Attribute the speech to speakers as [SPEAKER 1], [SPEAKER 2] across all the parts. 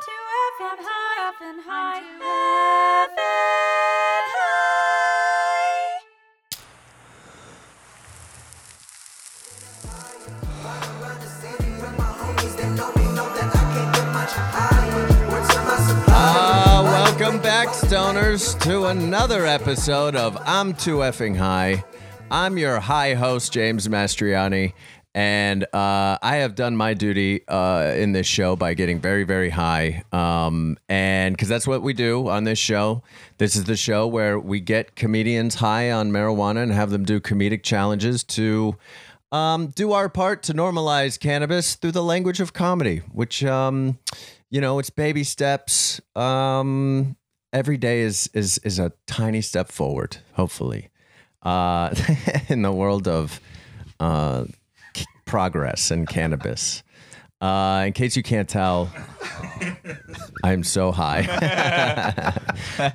[SPEAKER 1] up high, up and high. Up and high.
[SPEAKER 2] Uh, welcome back, stoners, to another episode of I'm Too Effing High. I'm your high host, James Mastriani, and uh, I have done my duty uh, in this show by getting very, very high. Um, and because that's what we do on this show. This is the show where we get comedians high on marijuana and have them do comedic challenges to um, do our part to normalize cannabis through the language of comedy, which, um, you know, it's baby steps. Um, every day is is is a tiny step forward, hopefully, uh, in the world of uh, c- progress and cannabis. Uh, in case you can't tell, I'm so high,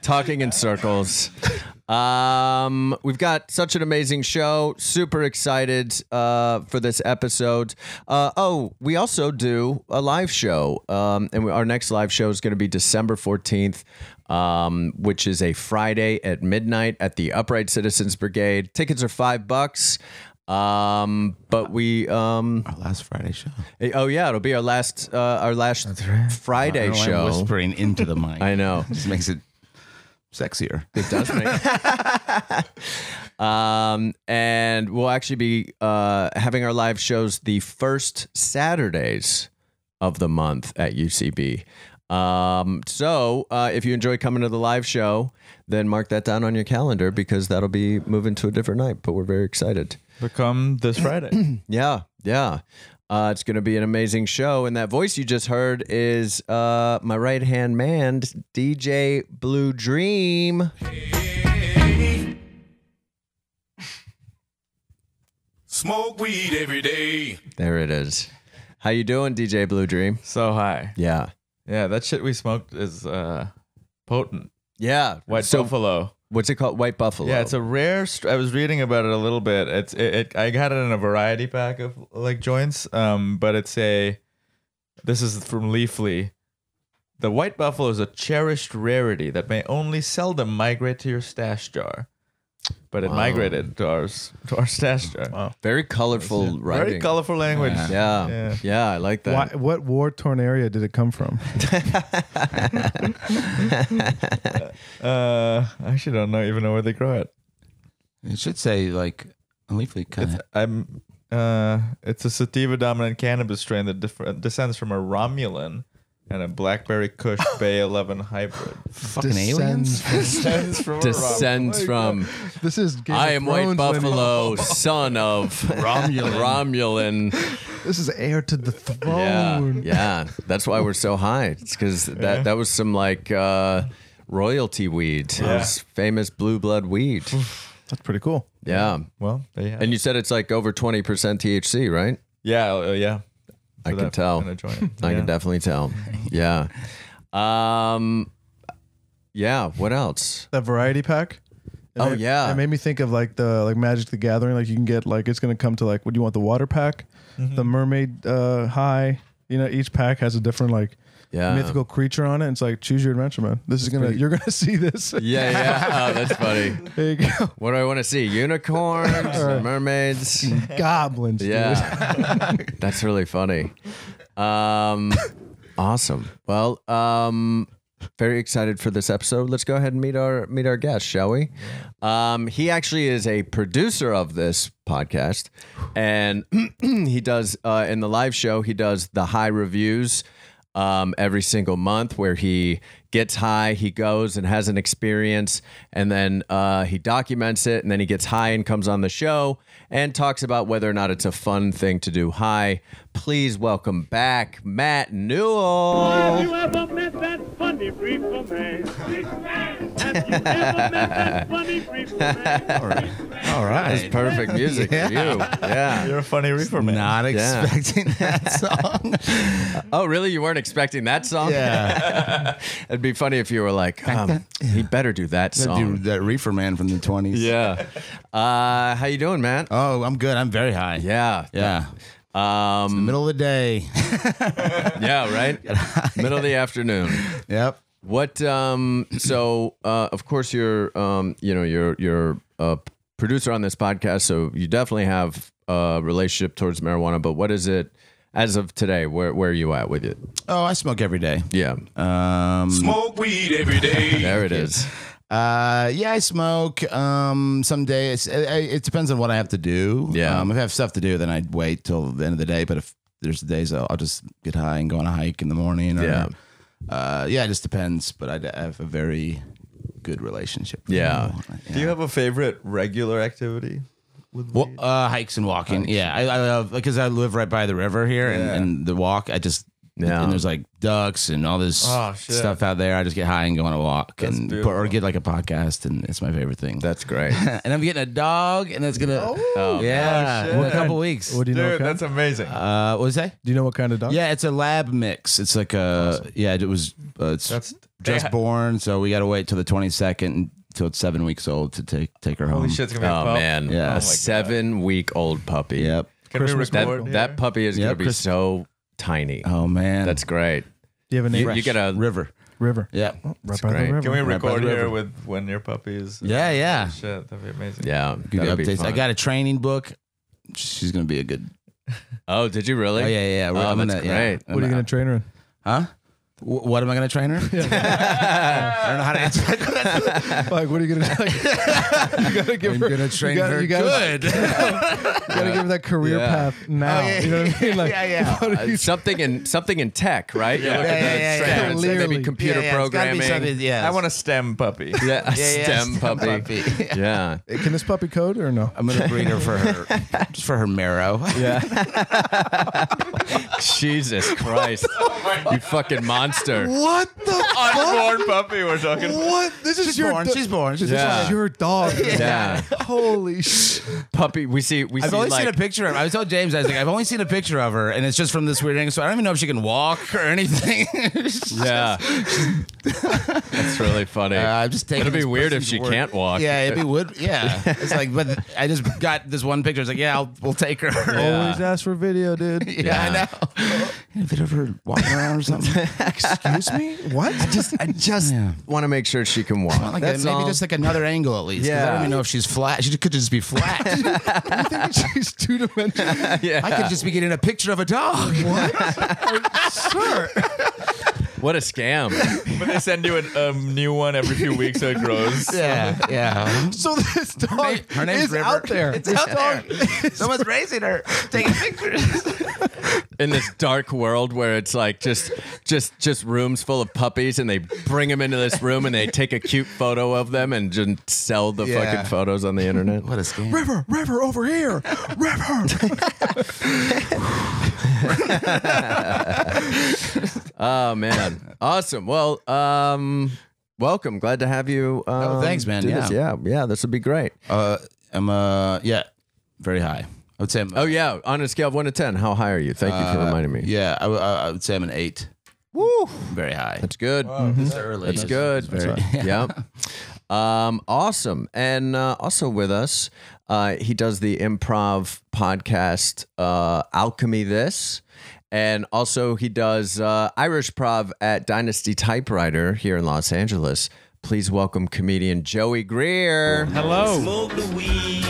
[SPEAKER 2] talking in circles. Um, we've got such an amazing show. Super excited uh, for this episode. Uh, oh, we also do a live show, um, and we, our next live show is going to be December fourteenth, um, which is a Friday at midnight at the Upright Citizens Brigade. Tickets are five bucks. Um, but we um,
[SPEAKER 3] Our last Friday show.
[SPEAKER 2] eh, oh yeah, it'll be our last uh, our last Friday
[SPEAKER 3] I don't know why I'm
[SPEAKER 2] show.
[SPEAKER 3] whispering into the mic.
[SPEAKER 2] I know.
[SPEAKER 3] This makes it sexier.
[SPEAKER 2] does make- um, and we'll actually be uh, having our live shows the first Saturdays of the month at UCB. Um, so uh, if you enjoy coming to the live show, then mark that down on your calendar because that'll be moving to a different night. But we're very excited.
[SPEAKER 4] become this Friday.
[SPEAKER 2] Yeah, yeah. Uh, it's going to be an amazing show. And that voice you just heard is uh, my right hand man, DJ Blue Dream.
[SPEAKER 5] Smoke weed every day.
[SPEAKER 2] There it is. How you doing, DJ Blue Dream?
[SPEAKER 4] so high.
[SPEAKER 2] Yeah.
[SPEAKER 4] Yeah, that shit we smoked is uh potent.
[SPEAKER 2] Yeah.
[SPEAKER 4] White
[SPEAKER 2] so,
[SPEAKER 4] buffalo.
[SPEAKER 2] What's it called? White Buffalo.
[SPEAKER 4] Yeah, it's a rare. St- I was reading about it a little bit. It's it, it. I got it in a variety pack of like joints. Um, but it's a. This is from Leafly. The white buffalo is a cherished rarity that may only seldom migrate to your stash jar, but it migrated to ours to our stash jar. Wow.
[SPEAKER 2] very colorful writing.
[SPEAKER 4] Very colorful language.
[SPEAKER 2] Yeah. yeah.
[SPEAKER 4] Yeah.
[SPEAKER 2] I like
[SPEAKER 6] Why,
[SPEAKER 2] that.
[SPEAKER 6] what war torn area did it come from?
[SPEAKER 4] Uh, I actually don't know even know where they grow it.
[SPEAKER 3] It should say like a leaflet kind of.
[SPEAKER 4] I'm. Uh, it's a sativa dominant cannabis strain that differ- descends from a Romulan and a blackberry Kush Bay Eleven hybrid.
[SPEAKER 3] Fucking aliens.
[SPEAKER 4] descends from
[SPEAKER 2] Descends from
[SPEAKER 6] This is Game
[SPEAKER 2] I
[SPEAKER 6] of
[SPEAKER 2] am White
[SPEAKER 6] Thrones lineage.
[SPEAKER 2] Buffalo, son of Romulan.
[SPEAKER 6] This is heir to the
[SPEAKER 2] Yeah.
[SPEAKER 6] throne.
[SPEAKER 2] Yeah. That's why we're so high. It's because that, that was some like uh, royalty weed. It was famous blue blood weed.
[SPEAKER 6] That's pretty cool.
[SPEAKER 2] yeah.
[SPEAKER 4] Well, they have.
[SPEAKER 2] And you said it's like over 20% THC, right?
[SPEAKER 4] yeah, uh, yeah.
[SPEAKER 2] I
[SPEAKER 4] For
[SPEAKER 2] can
[SPEAKER 4] that
[SPEAKER 2] tell.
[SPEAKER 4] kind of joint.
[SPEAKER 2] I
[SPEAKER 4] Yeah.
[SPEAKER 2] can definitely tell. Yeah. Um yeah, what else?
[SPEAKER 6] That variety pack. It
[SPEAKER 2] Oh,
[SPEAKER 6] made-
[SPEAKER 2] yeah.
[SPEAKER 6] It made me think of like the like Magic the Gathering. Like you can get like it's gonna come to like what do you want the water pack,
[SPEAKER 2] Mm-hmm.
[SPEAKER 6] the mermaid uh, high. You know each pack has a different like
[SPEAKER 2] Yeah.
[SPEAKER 6] mythical creature on it. It's like choose your adventure, man. This is gonna you're gonna see this.
[SPEAKER 2] Yeah, yeah. Oh, that's funny.
[SPEAKER 6] There you go.
[SPEAKER 2] What do I want to see? Unicorns, and mermaids.
[SPEAKER 6] Goblins. dude.
[SPEAKER 2] Yeah. that's really funny. Um awesome. Well, um very excited for this episode. Let's go ahead and meet our meet our guest, shall we? Um he actually is a producer of this podcast and he does uh in the live show, he does the high reviews um, every single month where he gets high, he goes and has an experience, and then uh, he documents it, and then he gets high and comes on the show and talks about whether or not it's a fun thing to do high. Please welcome back Matt
[SPEAKER 7] Have
[SPEAKER 2] Newell.
[SPEAKER 7] you ever met that funny reefer man? Have you ever met that funny reefer man?
[SPEAKER 3] All right. All right.
[SPEAKER 2] Perfect music for you. Yeah.
[SPEAKER 4] You're a funny reefer man.
[SPEAKER 3] Not
[SPEAKER 2] Yeah.
[SPEAKER 3] expecting that song.
[SPEAKER 2] Oh, really? You weren't expecting that song?
[SPEAKER 3] yeah.
[SPEAKER 2] It'd be funny if you were like, um, he better do that
[SPEAKER 3] That, dude,
[SPEAKER 2] song.
[SPEAKER 3] that reefer man from the 20s.
[SPEAKER 2] Yeah. Uh, how you doing, Matt?
[SPEAKER 3] Oh, I'm good. I'm very high.
[SPEAKER 2] Yeah.
[SPEAKER 3] Yeah.
[SPEAKER 2] Um,
[SPEAKER 8] Middle of the day.
[SPEAKER 2] yeah, right. Middle of the afternoon.
[SPEAKER 8] yep.
[SPEAKER 2] What? Um, so, uh, of course, you're, um, you know, you're you're a producer on this podcast, so you definitely have a relationship towards marijuana. But what is it as of today? Where where are you at with it?
[SPEAKER 8] Oh, I smoke every day.
[SPEAKER 2] Yeah,
[SPEAKER 8] Um,
[SPEAKER 5] Smoke weed every day.
[SPEAKER 2] there it is.
[SPEAKER 8] Uh, yeah, I smoke. Um, someday it's, it, it depends on what I have to do.
[SPEAKER 2] Yeah.
[SPEAKER 8] Um, if I have stuff to do, then I'd wait till the end of the day. But if there's days I'll, I'll just get high and go on a hike in the morning. Or,
[SPEAKER 2] Yeah.
[SPEAKER 8] Uh, yeah, it just depends. But I'd- I have a very good relationship. with
[SPEAKER 2] Yeah.
[SPEAKER 8] marijuana.
[SPEAKER 4] Do you have a favorite regular activity?
[SPEAKER 8] Well, uh, hikes and walking. Yeah, I, I love because I live right by the river here, and, and the walk. I just
[SPEAKER 2] Yeah.
[SPEAKER 8] and there's like ducks and all this
[SPEAKER 4] Oh, shit.
[SPEAKER 8] stuff out there. I just get high and go on a walk and
[SPEAKER 4] beautiful.
[SPEAKER 8] or get like a podcast, and it's my favorite thing.
[SPEAKER 2] That's great.
[SPEAKER 8] and I'm getting a dog, and that's gonna
[SPEAKER 2] Oh,
[SPEAKER 8] yeah in a couple weeks.
[SPEAKER 6] What do you know?
[SPEAKER 4] Dude,
[SPEAKER 6] what kind?
[SPEAKER 4] that's amazing.
[SPEAKER 8] uh, what was that?
[SPEAKER 6] Do you know what kind of dog?
[SPEAKER 8] Yeah, it's a lab mix. It's like a yeah. It was uh, it's
[SPEAKER 4] That's
[SPEAKER 8] just
[SPEAKER 4] they-
[SPEAKER 8] born, so we got to wait till the 22nd until it's seven weeks old to take take her home.
[SPEAKER 4] Holy shit's gonna be a
[SPEAKER 2] Oh
[SPEAKER 4] pop.
[SPEAKER 2] man,
[SPEAKER 8] Yeah. Oh, my
[SPEAKER 2] a
[SPEAKER 8] God.
[SPEAKER 2] seven week old puppy.
[SPEAKER 8] Yep.
[SPEAKER 4] Can we
[SPEAKER 6] Christmas
[SPEAKER 2] That
[SPEAKER 4] record here?
[SPEAKER 2] that puppy is
[SPEAKER 8] Yeah,
[SPEAKER 2] gonna be
[SPEAKER 8] Chris-
[SPEAKER 2] so tiny.
[SPEAKER 8] Oh man,
[SPEAKER 2] That's great.
[SPEAKER 6] Do you have a name?
[SPEAKER 2] You, you get a
[SPEAKER 8] river.
[SPEAKER 6] River.
[SPEAKER 8] Yeah.
[SPEAKER 6] Right by
[SPEAKER 2] great.
[SPEAKER 6] the river.
[SPEAKER 4] Can we
[SPEAKER 8] by
[SPEAKER 4] record
[SPEAKER 8] the
[SPEAKER 4] here
[SPEAKER 8] river.
[SPEAKER 4] with when your puppy is?
[SPEAKER 8] Yeah, yeah.
[SPEAKER 4] Shit, that'd be amazing.
[SPEAKER 2] yeah.
[SPEAKER 8] Give you
[SPEAKER 2] that'd be
[SPEAKER 8] updates. I
[SPEAKER 2] fun.
[SPEAKER 8] got a training book. She's gonna be a good.
[SPEAKER 2] Oh, did you really?
[SPEAKER 8] Oh yeah, yeah. yeah.
[SPEAKER 2] Oh,
[SPEAKER 8] I'm
[SPEAKER 2] that's
[SPEAKER 8] gonna,
[SPEAKER 2] great.
[SPEAKER 8] Yeah,
[SPEAKER 6] what are you
[SPEAKER 8] I'm-
[SPEAKER 6] gonna train her in?
[SPEAKER 8] Huh? Wh- What am I gonna train her? I don't know how to answer that question.
[SPEAKER 6] Like, what are you gonna do? you gotta give
[SPEAKER 8] I'm
[SPEAKER 6] her.
[SPEAKER 8] gonna train
[SPEAKER 6] gotta-
[SPEAKER 8] her
[SPEAKER 6] you gotta-
[SPEAKER 8] good.
[SPEAKER 6] You gotta give her that career
[SPEAKER 2] Yeah.
[SPEAKER 6] path now.
[SPEAKER 8] yeah,
[SPEAKER 6] you know what I mean? Like,
[SPEAKER 8] yeah, yeah.
[SPEAKER 6] what are
[SPEAKER 2] Uh,
[SPEAKER 6] you-
[SPEAKER 2] something in something in tech, right? You're looking
[SPEAKER 8] Yeah,
[SPEAKER 2] at
[SPEAKER 8] yeah,
[SPEAKER 2] tech
[SPEAKER 8] yeah,
[SPEAKER 2] and
[SPEAKER 6] yeah.
[SPEAKER 2] maybe
[SPEAKER 6] Clearly.
[SPEAKER 2] computer
[SPEAKER 8] Yeah, yeah, it's gotta be
[SPEAKER 2] programming.
[SPEAKER 8] something- Yeah,
[SPEAKER 4] I want a Stem puppy.
[SPEAKER 2] Yeah, a
[SPEAKER 8] Yeah, yeah,
[SPEAKER 2] STEM
[SPEAKER 8] STEM
[SPEAKER 2] puppy.
[SPEAKER 8] puppy.
[SPEAKER 2] yeah.
[SPEAKER 6] Can this puppy code or no?
[SPEAKER 8] I'm gonna breed her for her, just for her marrow. Yeah.
[SPEAKER 2] Jesus Christ. you fucking monster.
[SPEAKER 8] What the?
[SPEAKER 4] Unborn puppy. We're talking.
[SPEAKER 6] What? This is
[SPEAKER 8] She's
[SPEAKER 6] your.
[SPEAKER 8] born.
[SPEAKER 6] do-
[SPEAKER 8] She's born. She's
[SPEAKER 6] This
[SPEAKER 2] Yeah.
[SPEAKER 6] is your dog.
[SPEAKER 2] Yeah.
[SPEAKER 6] Holy shit.
[SPEAKER 2] Puppy. We see we
[SPEAKER 8] I've
[SPEAKER 2] see
[SPEAKER 8] only
[SPEAKER 2] like
[SPEAKER 8] seen a picture of her. I told James, I was like, I've only seen a picture of her, and it's just from this weird angle. So I don't even know if she can walk or anything.
[SPEAKER 2] Yeah. That's really funny.
[SPEAKER 8] Uh, I'm just taking.
[SPEAKER 2] It'd be
[SPEAKER 8] this
[SPEAKER 2] weird if
[SPEAKER 8] pussy's
[SPEAKER 2] she
[SPEAKER 8] word.
[SPEAKER 2] can't walk.
[SPEAKER 8] Yeah, it'd be would. Yeah, it's like, but I just got this one picture. It's like, yeah, I'll, we'll take her. Yeah,
[SPEAKER 6] Always ask for video, dude.
[SPEAKER 8] I know. Have you ever walking around or something?
[SPEAKER 6] Excuse me? What?
[SPEAKER 2] just I just want to make sure she can walk.
[SPEAKER 8] Like
[SPEAKER 2] That's
[SPEAKER 8] a, maybe
[SPEAKER 2] all.
[SPEAKER 8] just like another angle at least. 'cause I
[SPEAKER 2] Yeah.
[SPEAKER 8] don't even know if she's flat. She could just be flat.
[SPEAKER 6] She's two dimensional.
[SPEAKER 8] I could just be getting a picture of a dog.
[SPEAKER 6] Sir.
[SPEAKER 2] what a scam.
[SPEAKER 4] But they send you a um, new one every few weeks so it grows.
[SPEAKER 8] Yeah, yeah.
[SPEAKER 6] So this dog
[SPEAKER 8] Her, name- her name's
[SPEAKER 6] is
[SPEAKER 8] River.
[SPEAKER 6] out there.
[SPEAKER 8] It's out there. Someone's raising her, taking pictures.
[SPEAKER 2] In this dark world where it's like just just just rooms full of puppies and they bring them into this room and they take a cute photo of them and just sell the
[SPEAKER 8] Yeah.
[SPEAKER 2] fucking photos on the internet.
[SPEAKER 8] What a scam.
[SPEAKER 6] River, River, over here. River.
[SPEAKER 2] Oh man, awesome. Well, um, welcome. Glad to have you. Um,
[SPEAKER 8] Oh, thanks, man.
[SPEAKER 2] do this. yeah, yeah. This would be great.
[SPEAKER 8] Uh, I'm uh, yeah, very high. I would say. I'm,
[SPEAKER 2] oh yeah, on a scale of one to ten, how high are you? Thank you for reminding me.
[SPEAKER 8] Uh, yeah, I, w- I- I would say I'm an eight. Woo, very high.
[SPEAKER 2] that's good.
[SPEAKER 8] It's early.
[SPEAKER 2] That's good.
[SPEAKER 8] very,
[SPEAKER 2] yep. Um, awesome. And uh, also with us, uh, he does the improv podcast, uh, Alchemy This. And also, he does uh, Irish Prov at Dynasty Typewriter here in Los Angeles. Please welcome comedian Joey Greer.
[SPEAKER 6] Hello.
[SPEAKER 9] Smoke the weed,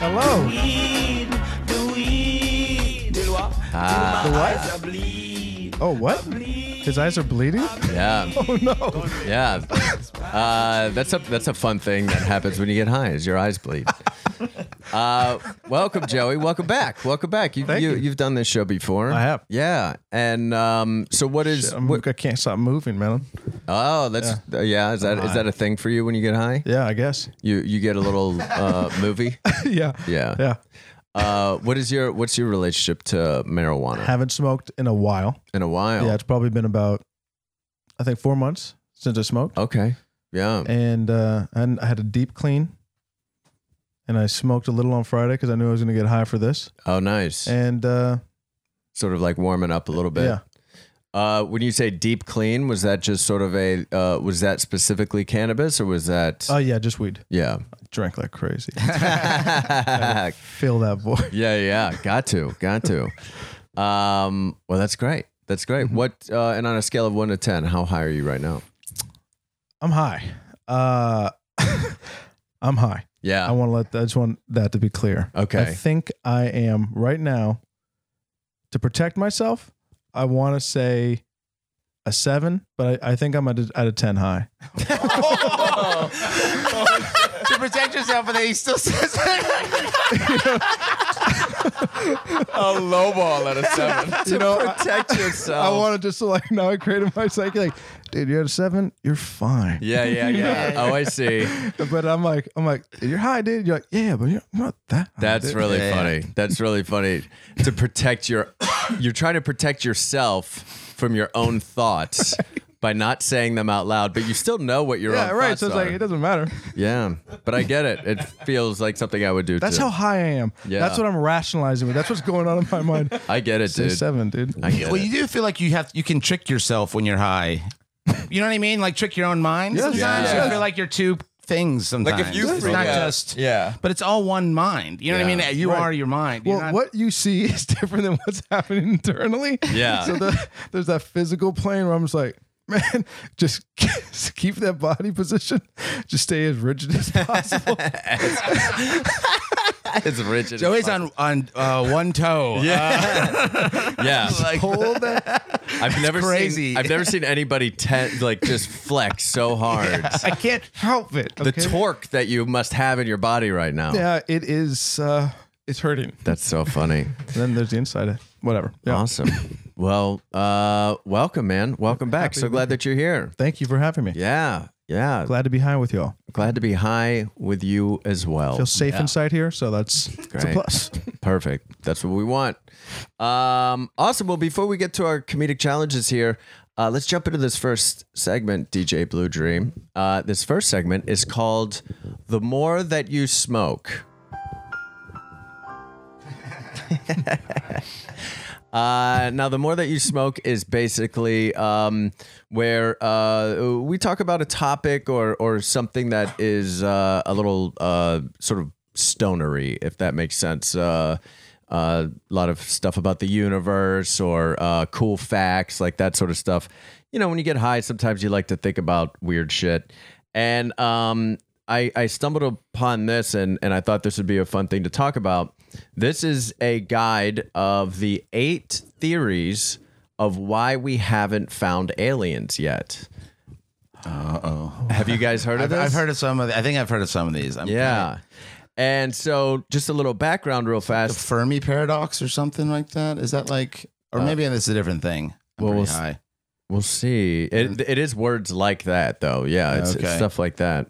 [SPEAKER 6] Hello.
[SPEAKER 9] weed, the weed. Till what? Till my eyes are bleed.
[SPEAKER 6] Oh, what? His eyes are bleeding?
[SPEAKER 2] Yeah. Oh no. Yeah. Uh, that's a that's a fun thing that happens when you get high is your eyes bleed. Uh, welcome Joey. Welcome back. Welcome back. You,
[SPEAKER 6] Thank
[SPEAKER 2] you,
[SPEAKER 6] you.
[SPEAKER 2] you have done this show before.
[SPEAKER 6] I have.
[SPEAKER 2] Yeah. And um, so what is?
[SPEAKER 6] I'm,
[SPEAKER 2] what,
[SPEAKER 6] I can't stop moving, man.
[SPEAKER 2] oh, that's yeah. is that is that a thing for you when you get high?
[SPEAKER 6] Yeah, I guess.
[SPEAKER 2] You you get a little uh, movie.
[SPEAKER 6] yeah.
[SPEAKER 2] Yeah.
[SPEAKER 6] Yeah.
[SPEAKER 2] Uh, what is your what's your relationship to marijuana?
[SPEAKER 6] Haven't smoked in a while.
[SPEAKER 2] In a while.
[SPEAKER 6] Yeah, it's probably been about, I think, four months since I smoked.
[SPEAKER 2] Okay. Yeah.
[SPEAKER 6] And, uh, and I had a deep clean. And I smoked a little on Friday because I knew I was going to get high for this.
[SPEAKER 2] Oh, nice.
[SPEAKER 6] And uh,
[SPEAKER 2] sort of like warming up a little bit.
[SPEAKER 6] yeah,
[SPEAKER 2] Uh, when you say deep clean, was that just sort of a uh, was that specifically cannabis or was that
[SPEAKER 6] Oh yeah, just weed.
[SPEAKER 2] yeah
[SPEAKER 6] Drank like crazy.
[SPEAKER 2] yeah
[SPEAKER 6] Fill that void.
[SPEAKER 2] yeah got to got to. Um, well, that's great. That's
[SPEAKER 6] Mm-hmm.
[SPEAKER 2] great. What uh, and on a scale of one to ten, how high are you right now?
[SPEAKER 6] I'm high. Uh, I'm high. I
[SPEAKER 2] Yeah.
[SPEAKER 6] want to let. I just want that to be clear.
[SPEAKER 2] Okay.
[SPEAKER 6] I think I am right now. To protect myself, I want to say a seven, but I, I think I'm at a, at a ten high.
[SPEAKER 8] to protect yourself, but then he still says
[SPEAKER 4] A lowball at a seven.
[SPEAKER 2] to protect yourself.
[SPEAKER 6] I want to just like now. I created my psyche like, dude, you're at a seven. You're fine.
[SPEAKER 2] Yeah, yeah, yeah. Oh, I see.
[SPEAKER 6] But I'm like, I'm like, you're high, dude. You're like, yeah, but you're not that. high,
[SPEAKER 2] That's
[SPEAKER 6] dude."
[SPEAKER 2] really funny. That's really funny. To protect your, you're trying to protect yourself from your own thoughts by not saying them out loud, but you still know what your
[SPEAKER 6] Yeah,
[SPEAKER 2] own
[SPEAKER 6] right.
[SPEAKER 2] thoughts
[SPEAKER 6] So it's
[SPEAKER 2] are.
[SPEAKER 6] like it doesn't matter.
[SPEAKER 2] yeah, but I get it. It feels like something I would do.
[SPEAKER 6] That's
[SPEAKER 2] too.
[SPEAKER 6] how high I am.
[SPEAKER 2] Yeah.
[SPEAKER 6] That's what I'm rationalizing with. That's what's going on in my mind.
[SPEAKER 2] I get it,
[SPEAKER 6] Say
[SPEAKER 2] dude.
[SPEAKER 6] seven, dude.
[SPEAKER 2] I get
[SPEAKER 8] Well,
[SPEAKER 2] it.
[SPEAKER 8] you do feel like you have you can trick yourself when you're high. You know what I mean? Like trick your own mind.
[SPEAKER 6] Yes,
[SPEAKER 8] sometimes
[SPEAKER 4] yes.
[SPEAKER 8] you feel like you're two things. Sometimes
[SPEAKER 4] Like if you
[SPEAKER 8] it's
[SPEAKER 4] freak
[SPEAKER 8] not
[SPEAKER 4] out-
[SPEAKER 8] just
[SPEAKER 4] yeah.
[SPEAKER 8] but it's all one mind. You know what I
[SPEAKER 2] Yeah.
[SPEAKER 8] mean? You
[SPEAKER 6] Right.
[SPEAKER 8] are your mind. You're
[SPEAKER 6] Well,
[SPEAKER 8] not-
[SPEAKER 6] what you see is different than what's happening internally.
[SPEAKER 2] Yeah.
[SPEAKER 6] So the, there's that physical plane where I'm just like, man, just keep that body position. Just stay as rigid as possible.
[SPEAKER 2] it's rigid. as
[SPEAKER 8] Joey's
[SPEAKER 2] fuck.
[SPEAKER 8] on on uh, one toe.
[SPEAKER 2] Yeah.
[SPEAKER 8] like
[SPEAKER 6] Pull "Ah." that.
[SPEAKER 2] I've never seen.
[SPEAKER 8] crazy.
[SPEAKER 2] I've never seen anybody ten, like just flex so hard.
[SPEAKER 6] I can't help it.
[SPEAKER 2] The
[SPEAKER 6] okay?
[SPEAKER 2] torque that you must have in your body right now.
[SPEAKER 6] Yeah, it is. Uh, it's hurting.
[SPEAKER 2] That's so funny.
[SPEAKER 6] Then there's the inside. Whatever. Yeah.
[SPEAKER 2] Awesome. Well, uh, welcome, man. Welcome back. so glad that you're here.
[SPEAKER 6] Thank you for having me.
[SPEAKER 2] Yeah. Yeah. Glad,
[SPEAKER 6] Glad to be high with y'all.
[SPEAKER 2] to be high with you as well.
[SPEAKER 6] Feel safe inside here, so that's it's a
[SPEAKER 2] Great.
[SPEAKER 6] plus.
[SPEAKER 2] Perfect. That's what we want. Um, awesome. Well, before we get to our comedic challenges here, uh, let's jump into this first segment, DJ Blue Dream. Uh, this first segment is called The More That You Smoke. Uh, now, the more that you smoke is basically um, where uh, we talk about a topic or or something that is uh, a little uh, sort of stonery, if that makes sense. Uh, uh, a lot of stuff about the universe or uh, cool facts, like that sort of stuff. You know, when you get high, sometimes you like to think about weird shit. And um, I, I stumbled upon this and, and I thought this would be a fun thing to talk about. This is a guide of the eight theories of why we haven't found aliens yet. Uh oh. Have you guys heard of
[SPEAKER 8] I've,
[SPEAKER 2] this?
[SPEAKER 8] I've heard of some of. The, I think I've heard of some of these. I'm
[SPEAKER 2] Yeah. And so, just a little background, real
[SPEAKER 8] the
[SPEAKER 2] fast.
[SPEAKER 8] Fermi paradox or something like that. Is that like, or maybe this is a different thing. I'm
[SPEAKER 2] well,
[SPEAKER 8] pretty
[SPEAKER 2] we'll s-
[SPEAKER 8] high.
[SPEAKER 2] We'll see. It, it is words like that, though. Yeah, it's, it's
[SPEAKER 8] Okay.
[SPEAKER 2] stuff like that.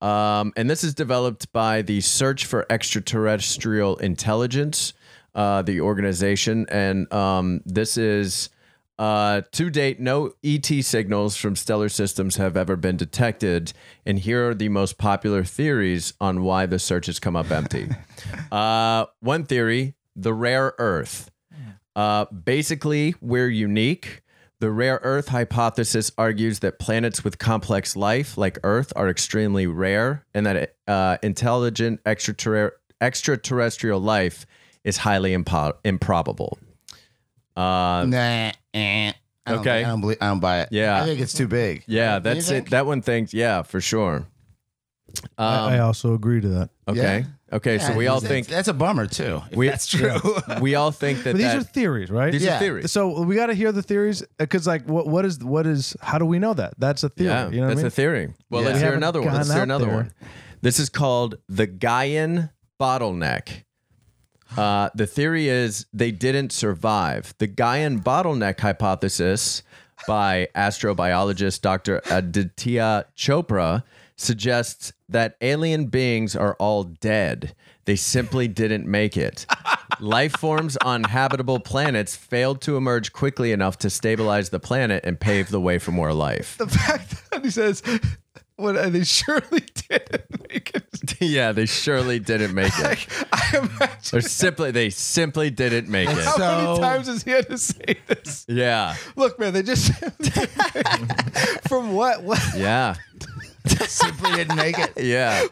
[SPEAKER 2] Um, and this is developed by the Search for Extraterrestrial Intelligence, uh, the organization. And um, this is uh, to date, no ET signals from stellar systems have ever been detected. And here are the most popular theories on why the search has come up empty. uh, one theory the rare earth. Uh, basically, we're unique. The rare earth hypothesis argues that planets with complex life, like Earth, are extremely rare and that uh, intelligent extraterre- extraterrestrial life is highly impo- improbable. Uh,
[SPEAKER 8] nah. Eh, I don't,
[SPEAKER 2] Okay.
[SPEAKER 8] I don't, believe, I don't buy it.
[SPEAKER 2] Yeah.
[SPEAKER 8] I think it's too big.
[SPEAKER 2] yeah,
[SPEAKER 8] Don't you
[SPEAKER 2] that's it.
[SPEAKER 8] think?
[SPEAKER 2] That one thing, yeah, for sure.
[SPEAKER 6] I, I also agree to that.
[SPEAKER 2] Okay. Okay, so
[SPEAKER 8] Yeah,
[SPEAKER 2] we all
[SPEAKER 8] that's-
[SPEAKER 2] think
[SPEAKER 8] that's a bummer too. If
[SPEAKER 2] we,
[SPEAKER 8] that's true.
[SPEAKER 2] we all think that
[SPEAKER 6] But these
[SPEAKER 2] that-
[SPEAKER 6] are theories, right?
[SPEAKER 2] these
[SPEAKER 8] yeah.
[SPEAKER 2] are theories.
[SPEAKER 6] So we got to hear the theories because, like, what what is what is how do we know that? That's a theory.
[SPEAKER 2] Yeah,
[SPEAKER 6] you know
[SPEAKER 2] that's
[SPEAKER 6] what I mean?
[SPEAKER 2] a theory. Well, let's
[SPEAKER 6] We
[SPEAKER 2] hear
[SPEAKER 6] haven't
[SPEAKER 2] another one.
[SPEAKER 6] gone
[SPEAKER 2] Let's hear
[SPEAKER 6] out
[SPEAKER 2] another
[SPEAKER 6] there.
[SPEAKER 2] one. This is called the Gaian bottleneck. Uh, the theory is they didn't survive. The Gaian bottleneck hypothesis by astrobiologist Dr. Aditya Chopra suggests that alien beings are all dead. They simply didn't make it. Life forms on habitable planets failed to emerge quickly enough to stabilize the planet and pave the way for more life.
[SPEAKER 10] uh,
[SPEAKER 6] the fact that he says, "What they surely did," make it
[SPEAKER 2] yeah, they surely didn't make it.
[SPEAKER 10] I imagine
[SPEAKER 2] Or simply, they simply didn't make it.
[SPEAKER 10] how many
[SPEAKER 8] So-
[SPEAKER 10] times has he had to say this?
[SPEAKER 2] Yeah,
[SPEAKER 10] Look, man, they just from what? What?
[SPEAKER 2] yeah,
[SPEAKER 8] Simply didn't make it.
[SPEAKER 2] yeah.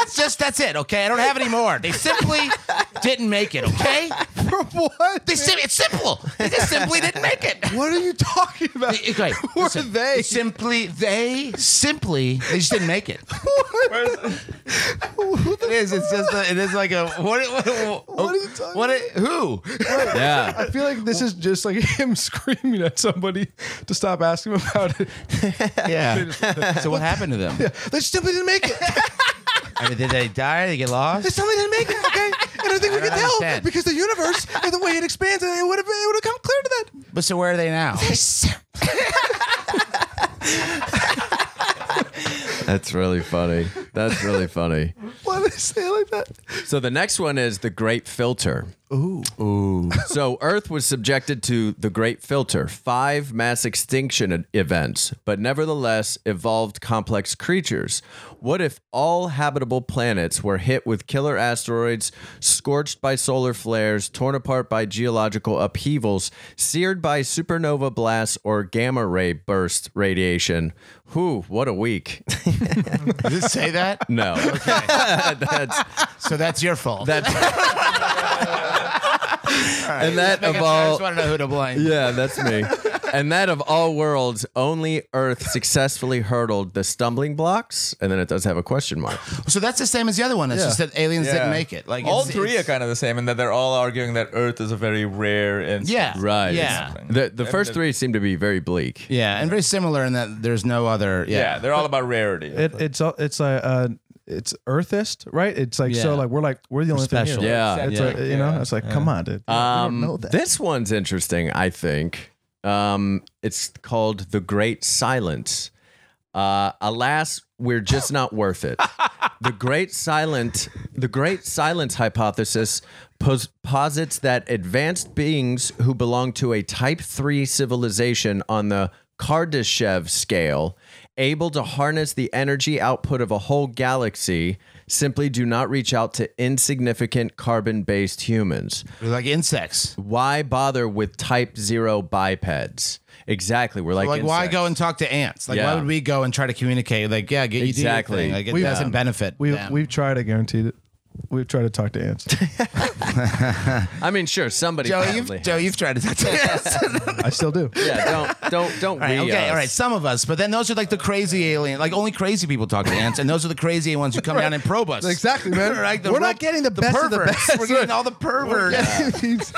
[SPEAKER 8] It's just that's it. Okay, I don't have any more. They simply didn't make it. Okay,
[SPEAKER 10] From what?
[SPEAKER 8] they sim- it's simple. They just simply didn't make it.
[SPEAKER 10] What are you talking about?
[SPEAKER 8] Okay,
[SPEAKER 10] Who are
[SPEAKER 8] listen.
[SPEAKER 10] they?
[SPEAKER 8] Simply, they simply, they just didn't make it. it is. It's just. A, it is like a. What? What? What?
[SPEAKER 10] What are you talking
[SPEAKER 8] what it- who?
[SPEAKER 2] Yeah.
[SPEAKER 6] I feel like this is just like him screaming at somebody to stop asking him about it.
[SPEAKER 8] Yeah. so what happened to them?
[SPEAKER 10] They simply didn't make it.
[SPEAKER 8] I mean, did they die? Did they get lost?
[SPEAKER 10] They simply didn't make it. Okay, and I think we
[SPEAKER 8] I
[SPEAKER 10] can
[SPEAKER 8] don't
[SPEAKER 10] tell
[SPEAKER 8] understand.
[SPEAKER 10] because the universe and the way it expands, it would have it would have come clear to that.
[SPEAKER 8] But so where are they now?
[SPEAKER 2] That's really funny. That's really funny.
[SPEAKER 10] Why would they say it like that?
[SPEAKER 2] So the next one is the Great Filter. Ooh. Ooh. so Earth was subjected to the Great Filter, five mass extinction e- events, but nevertheless evolved complex creatures. What if all habitable planets were hit with killer asteroids, scorched by solar flares, torn apart by geological upheavals, seared by supernova blasts or gamma ray burst radiation? Whew, what a week.
[SPEAKER 8] Did it say that?
[SPEAKER 2] No. That's
[SPEAKER 8] So that's your fault.
[SPEAKER 2] that and that of
[SPEAKER 8] I
[SPEAKER 2] all
[SPEAKER 8] just want to know who to blame.
[SPEAKER 2] yeah that's me and that of all worlds only earth successfully hurdled the stumbling blocks and then it does have a question mark
[SPEAKER 8] So that's the same as the other one. It's just that aliens didn't make it. Like
[SPEAKER 4] all
[SPEAKER 8] it's-
[SPEAKER 4] three
[SPEAKER 8] it's-
[SPEAKER 4] are kind of the same, in that they're all arguing that Earth is a very rare and
[SPEAKER 8] Yeah.
[SPEAKER 2] right
[SPEAKER 8] Yeah.
[SPEAKER 2] the, the first three seem to be very bleak
[SPEAKER 8] Yeah, and very similar in that there's no other.
[SPEAKER 4] Yeah,
[SPEAKER 8] Yeah.
[SPEAKER 4] they're all about rarity.
[SPEAKER 6] It, it's all- it's like uh, it's earthist, right? It's like so
[SPEAKER 8] Yeah.
[SPEAKER 6] like we're like we're the only thing
[SPEAKER 8] special.
[SPEAKER 6] here.
[SPEAKER 2] yeah
[SPEAKER 6] It's
[SPEAKER 8] Yeah.
[SPEAKER 6] like, you know, it's like come on, dude.
[SPEAKER 2] um
[SPEAKER 6] we don't know that.
[SPEAKER 2] this one's interesting i think um it's called the great silence uh alas we're just not worth it the great silent the great silence hypothesis pos- posits that advanced beings who belong to a type 3 civilization on the kardashev scale able to harness the energy output of a whole galaxy simply do not reach out to insignificant carbon-based humans
[SPEAKER 8] They're like insects.
[SPEAKER 2] why bother with type 0 bipeds exactly we're like,
[SPEAKER 8] Like, why
[SPEAKER 2] insects.
[SPEAKER 8] go and talk to ants? Like,
[SPEAKER 2] Yeah.
[SPEAKER 8] why would we go and try to communicate? Like, yeah, get you do your
[SPEAKER 2] Exactly.
[SPEAKER 8] thing. Like, it
[SPEAKER 6] We've-
[SPEAKER 8] doesn't benefit.
[SPEAKER 6] We've
[SPEAKER 8] them.
[SPEAKER 6] we've tried, I guaranteed it. We've tried to talk to ants.
[SPEAKER 2] i mean sure somebody
[SPEAKER 8] Joe,
[SPEAKER 2] probably
[SPEAKER 8] you've,
[SPEAKER 2] has.
[SPEAKER 8] Joe, you've tried to talk to ants.
[SPEAKER 6] I still do.
[SPEAKER 2] yeah don't don't don't
[SPEAKER 8] Right,
[SPEAKER 2] we
[SPEAKER 8] okay, all right,
[SPEAKER 2] us.
[SPEAKER 8] some of us, but then those are like the crazy alien, like only crazy people talk to ants, and those are the crazy ones who come down and probe us.
[SPEAKER 10] Exactly, man.
[SPEAKER 8] Right,
[SPEAKER 10] We're
[SPEAKER 8] real-
[SPEAKER 10] not getting the best of the
[SPEAKER 8] perverts.
[SPEAKER 10] best.
[SPEAKER 8] We're getting all the perverts.
[SPEAKER 10] These-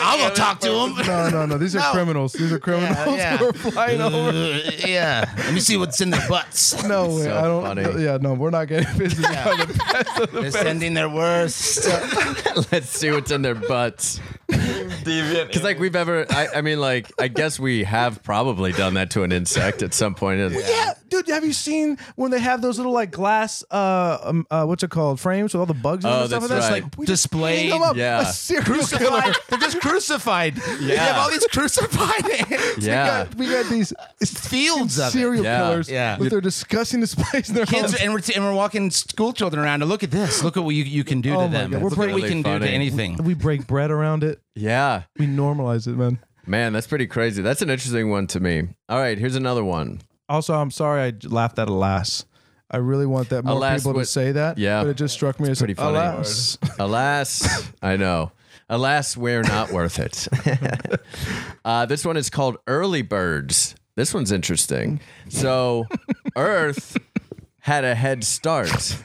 [SPEAKER 8] I'll go talk to them.
[SPEAKER 6] No, no, no. These are
[SPEAKER 8] No.
[SPEAKER 6] criminals. These are criminals
[SPEAKER 8] yeah.
[SPEAKER 6] who are flying over.
[SPEAKER 8] yeah, let me see what's in their butts.
[SPEAKER 6] No way.
[SPEAKER 2] so
[SPEAKER 6] I don't.
[SPEAKER 2] funny.
[SPEAKER 6] no, yeah, no, we're not getting busy.
[SPEAKER 8] They're sending their worst.
[SPEAKER 2] uh, Let's see what's in their butts.
[SPEAKER 4] Deviant.
[SPEAKER 2] It's like we've ever. I, I mean, like I guess we have probably done that to an insect at some point.
[SPEAKER 6] Yeah, dude. Have you seen when they have those little like glass, uh, um, uh what's it called, frames with all the bugs in
[SPEAKER 2] Oh,
[SPEAKER 6] it and stuff
[SPEAKER 2] that's
[SPEAKER 6] like that?
[SPEAKER 2] right.
[SPEAKER 6] It's like we
[SPEAKER 8] Displayed.
[SPEAKER 6] Just hang 'em up.
[SPEAKER 2] Yeah.
[SPEAKER 6] A serial killer.
[SPEAKER 8] crucified. They're just crucified. Yeah. They have all these crucified ants.
[SPEAKER 2] Yeah.
[SPEAKER 6] We got these
[SPEAKER 8] Fields of it.
[SPEAKER 6] serial
[SPEAKER 2] Yeah.
[SPEAKER 6] killers.
[SPEAKER 8] Yeah.
[SPEAKER 6] But they're discussing the space. And they're
[SPEAKER 8] Kids,
[SPEAKER 6] all-
[SPEAKER 8] and we're, and we're walking school children around. And look at this. Look at what you, you can do
[SPEAKER 6] Oh
[SPEAKER 8] to
[SPEAKER 6] my
[SPEAKER 8] them.
[SPEAKER 6] God. We're
[SPEAKER 8] Look what we
[SPEAKER 2] really
[SPEAKER 8] can do to
[SPEAKER 2] funny.
[SPEAKER 8] anything.
[SPEAKER 6] we break bread around it.
[SPEAKER 2] Yeah,
[SPEAKER 6] We normalize it, man.
[SPEAKER 2] man, that's pretty crazy. That's an interesting one to me. All right, here's another one.
[SPEAKER 6] Also, I'm sorry I j- laughed at alas. I really want that more
[SPEAKER 2] Alas
[SPEAKER 6] people
[SPEAKER 2] was-
[SPEAKER 6] to say that.
[SPEAKER 2] Yeah.
[SPEAKER 6] But it just struck me as
[SPEAKER 2] pretty funny.
[SPEAKER 6] Alas.
[SPEAKER 2] Alas, I know. Alas, we're not worth it. uh, this one is called Early Birds. This one's interesting. So, Earth had a head start.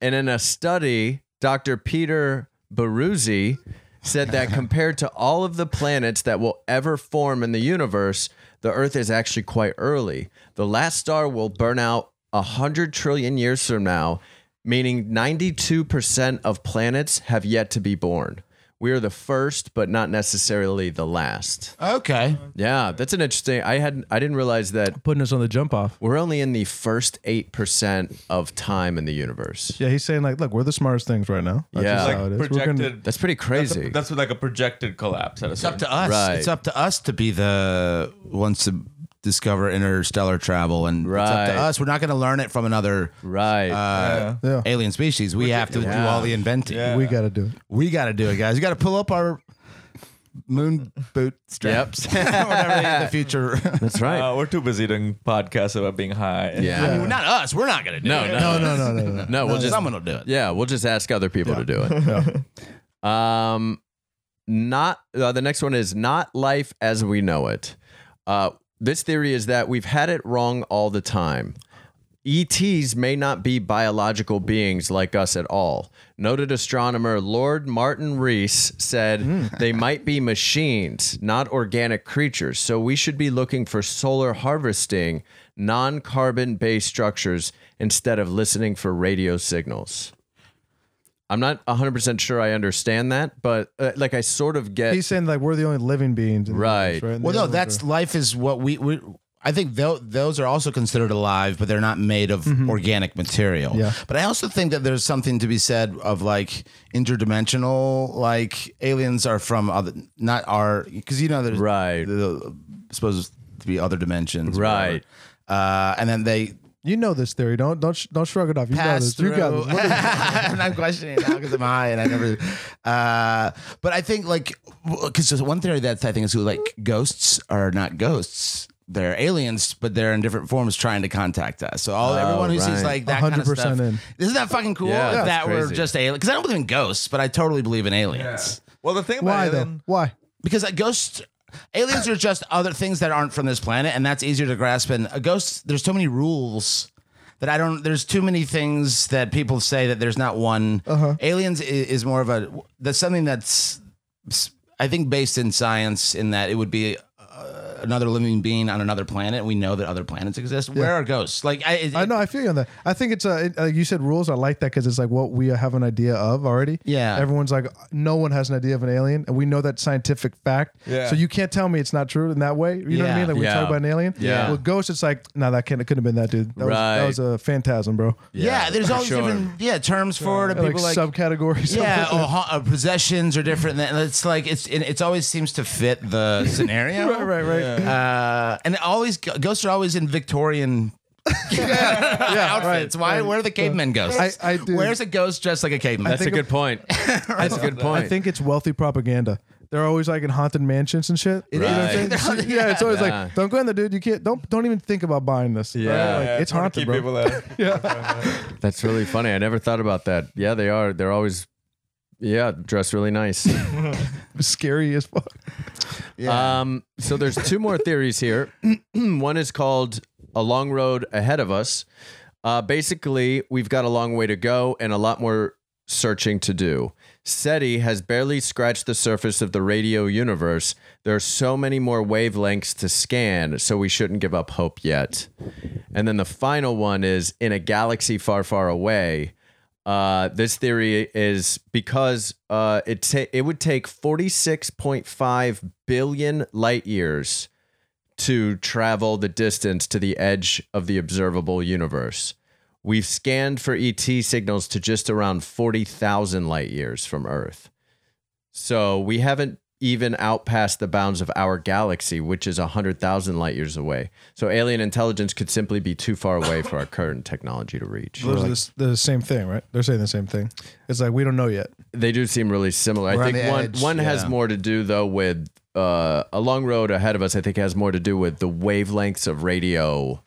[SPEAKER 2] And in a study, Dr. Peter Baruzzi said that compared to all of the planets that will ever form in the universe, the Earth is actually quite early. The last star will burn out 100 trillion years from now, meaning 92% of planets have yet to be born. We are the first, but not necessarily the last.
[SPEAKER 8] Okay.
[SPEAKER 2] Yeah, that's an interesting. I hadn't. I didn't realize that
[SPEAKER 6] Putting us on the jump off.
[SPEAKER 2] we're only in the first eight percent of time in the universe.
[SPEAKER 6] Yeah, he's saying like, look, we're the smartest things right now. That's
[SPEAKER 2] Yeah.
[SPEAKER 6] just
[SPEAKER 4] like
[SPEAKER 6] how it is. We're gonna-
[SPEAKER 4] projected.
[SPEAKER 2] That's pretty crazy.
[SPEAKER 4] That's like a projected collapse. At a
[SPEAKER 8] It's up
[SPEAKER 4] certain
[SPEAKER 8] to us.
[SPEAKER 2] Right.
[SPEAKER 8] It's up to us to be the ones to discover interstellar travel, and it's up
[SPEAKER 2] Right.
[SPEAKER 8] to us. We're not going to learn it from another
[SPEAKER 2] Right.
[SPEAKER 8] uh,
[SPEAKER 6] Yeah.
[SPEAKER 8] alien species. We have to do
[SPEAKER 2] yeah.
[SPEAKER 8] all the inventing.
[SPEAKER 6] We got to do it.
[SPEAKER 8] We got to do it, guys. We got to pull up our moon boot straps, whatever they- the future.
[SPEAKER 2] That's right.
[SPEAKER 4] Uh, we're too busy doing podcasts about being high.
[SPEAKER 2] yeah.
[SPEAKER 8] I mean, not us. We're not going to do
[SPEAKER 2] No,
[SPEAKER 8] it.
[SPEAKER 2] no,
[SPEAKER 6] No, no, no, no, no.
[SPEAKER 2] No, we'll just
[SPEAKER 8] someone will do it.
[SPEAKER 2] yeah, we'll just ask other people to do it. Um, not uh, the next one is not life as we know it. Uh, this theory is that we've had it wrong all the time. ETs may not be biological beings like us at all. Noted astronomer Lord Martin Rees said
[SPEAKER 6] Hmm.
[SPEAKER 2] they might be machines, not organic creatures. So we should be looking for solar harvesting, non carbon based structures instead of listening for radio signals. I'm not 100% sure I understand that, but uh, like I sort of get.
[SPEAKER 6] He's saying like we're the only living beings, in the
[SPEAKER 2] Right.
[SPEAKER 6] universe, And
[SPEAKER 8] Well,
[SPEAKER 6] the
[SPEAKER 8] no,
[SPEAKER 6] other ones
[SPEAKER 8] that's life is what we. we I think tho- those are also considered alive, but they're not made of organic material.
[SPEAKER 6] Yeah.
[SPEAKER 8] But I also think that there's something to be said of like interdimensional, like aliens are from other, not our, because you know there's
[SPEAKER 2] Right.
[SPEAKER 8] the, supposed to be other dimensions, or whatever.
[SPEAKER 2] Right.
[SPEAKER 8] Uh, and then they
[SPEAKER 6] are- you know this theory. Don't don't sh- don't shrug it off. You got
[SPEAKER 8] pass
[SPEAKER 6] this.
[SPEAKER 8] through.
[SPEAKER 6] You got this. Look at-
[SPEAKER 8] and I'm questioning it now because I'm high and I never. Uh, but I think like because there's one theory that I think is like ghosts are not ghosts. They're aliens, but they're in different forms trying to contact us. So all everyone who sees
[SPEAKER 2] Oh, right.
[SPEAKER 8] like that kind of
[SPEAKER 6] 100%
[SPEAKER 8] stuff,
[SPEAKER 6] in.
[SPEAKER 8] isn't that fucking cool?
[SPEAKER 2] Yeah,
[SPEAKER 8] if
[SPEAKER 2] that's
[SPEAKER 8] that were
[SPEAKER 2] crazy.
[SPEAKER 8] just alien, because I don't believe in ghosts, but I totally believe in aliens
[SPEAKER 4] Well, the thing about
[SPEAKER 6] Why
[SPEAKER 4] alien,
[SPEAKER 6] though? Why?
[SPEAKER 8] because a ghost aliens are just other things that aren't from this planet and that's easier to grasp and a ghost there's so many rules that i don't there's too many things that people say that there's not one
[SPEAKER 6] Uh-huh.
[SPEAKER 8] aliens i- is more of a that's something that's i think based in science in that it would be uh, another living being on another planet we know that other planets exist where are ghosts like i, it-
[SPEAKER 6] I know. I feel you on that. I think it's uh, it, like you said rules. I like that because it's like what we have an idea of already.
[SPEAKER 8] Yeah.
[SPEAKER 6] Everyone's like, no one has an idea of an alien, and we know that scientific fact.
[SPEAKER 4] Yeah.
[SPEAKER 6] So you can't tell me it's not true in that way. You know what
[SPEAKER 8] Yeah.
[SPEAKER 6] I mean? Like we
[SPEAKER 2] Yeah.
[SPEAKER 6] talk about an alien.
[SPEAKER 2] Yeah.
[SPEAKER 6] With ghosts, it's like, no, that can't. It couldn't have been that dude. That
[SPEAKER 2] Right.
[SPEAKER 6] Was, that was a phantasm, bro.
[SPEAKER 8] yeah, there's
[SPEAKER 2] for
[SPEAKER 8] all these
[SPEAKER 2] sure.
[SPEAKER 8] different yeah terms for it and
[SPEAKER 6] Like,
[SPEAKER 8] people like
[SPEAKER 6] subcategories.
[SPEAKER 8] Yeah, or, ha- uh, possessions are different. Than, it's like it's it, it's always seems to fit the scenario,
[SPEAKER 6] right. Right. Right.
[SPEAKER 8] Uh, and always ghosts are always in Victorian outfits. Why? Where are the cavemen ghosts?
[SPEAKER 6] I- I do-
[SPEAKER 8] Where's a ghost dressed like a caveman?
[SPEAKER 2] that's a good point. That's a good point.
[SPEAKER 6] I think it's wealthy propaganda. They're always like in haunted mansions and shit. You know what I'm
[SPEAKER 2] Right.
[SPEAKER 6] saying? yeah, it's always
[SPEAKER 2] Yeah.
[SPEAKER 6] like, don't go in there, dude. You can't. Don't don't even think about buying this. right?
[SPEAKER 2] Yeah.
[SPEAKER 6] Like,
[SPEAKER 4] Yeah,
[SPEAKER 6] it's
[SPEAKER 4] wanna
[SPEAKER 6] haunted,
[SPEAKER 4] keep
[SPEAKER 6] bro.
[SPEAKER 4] people out.
[SPEAKER 2] That's really funny. I never thought about that. Yeah, they are. They're always, yeah, dressed really nice.
[SPEAKER 6] Scary as fuck.
[SPEAKER 2] Um, so there's two more theories here. One is called "A Long Road Ahead of Us." Uh, basically, we've got a long way to go and a lot more searching to do. SETI has barely scratched the surface of the radio universe. There are so many more wavelengths to scan, so we shouldn't give up hope yet. And then the final one is in a galaxy far, far away. Uh, this theory is because uh, it ta- it would take 46.5 billion light years to travel the distance to the edge of the observable universe. We've scanned for ET signals to just around 40,000 light years from Earth. So we haven't even outpassed the bounds of our galaxy, which is 100,000 light years away. So alien intelligence could simply be too far away for our current technology to reach.
[SPEAKER 6] Those are the, the same thing, right? They're saying the same thing. It's like we don't know yet.
[SPEAKER 2] They do seem really similar.
[SPEAKER 8] We're
[SPEAKER 2] I
[SPEAKER 8] on
[SPEAKER 2] think
[SPEAKER 8] the
[SPEAKER 2] one
[SPEAKER 8] edge,
[SPEAKER 2] one has
[SPEAKER 8] yeah.
[SPEAKER 2] more to do though with uh, a long road ahead of us. I think has more to do with the wavelengths of radio,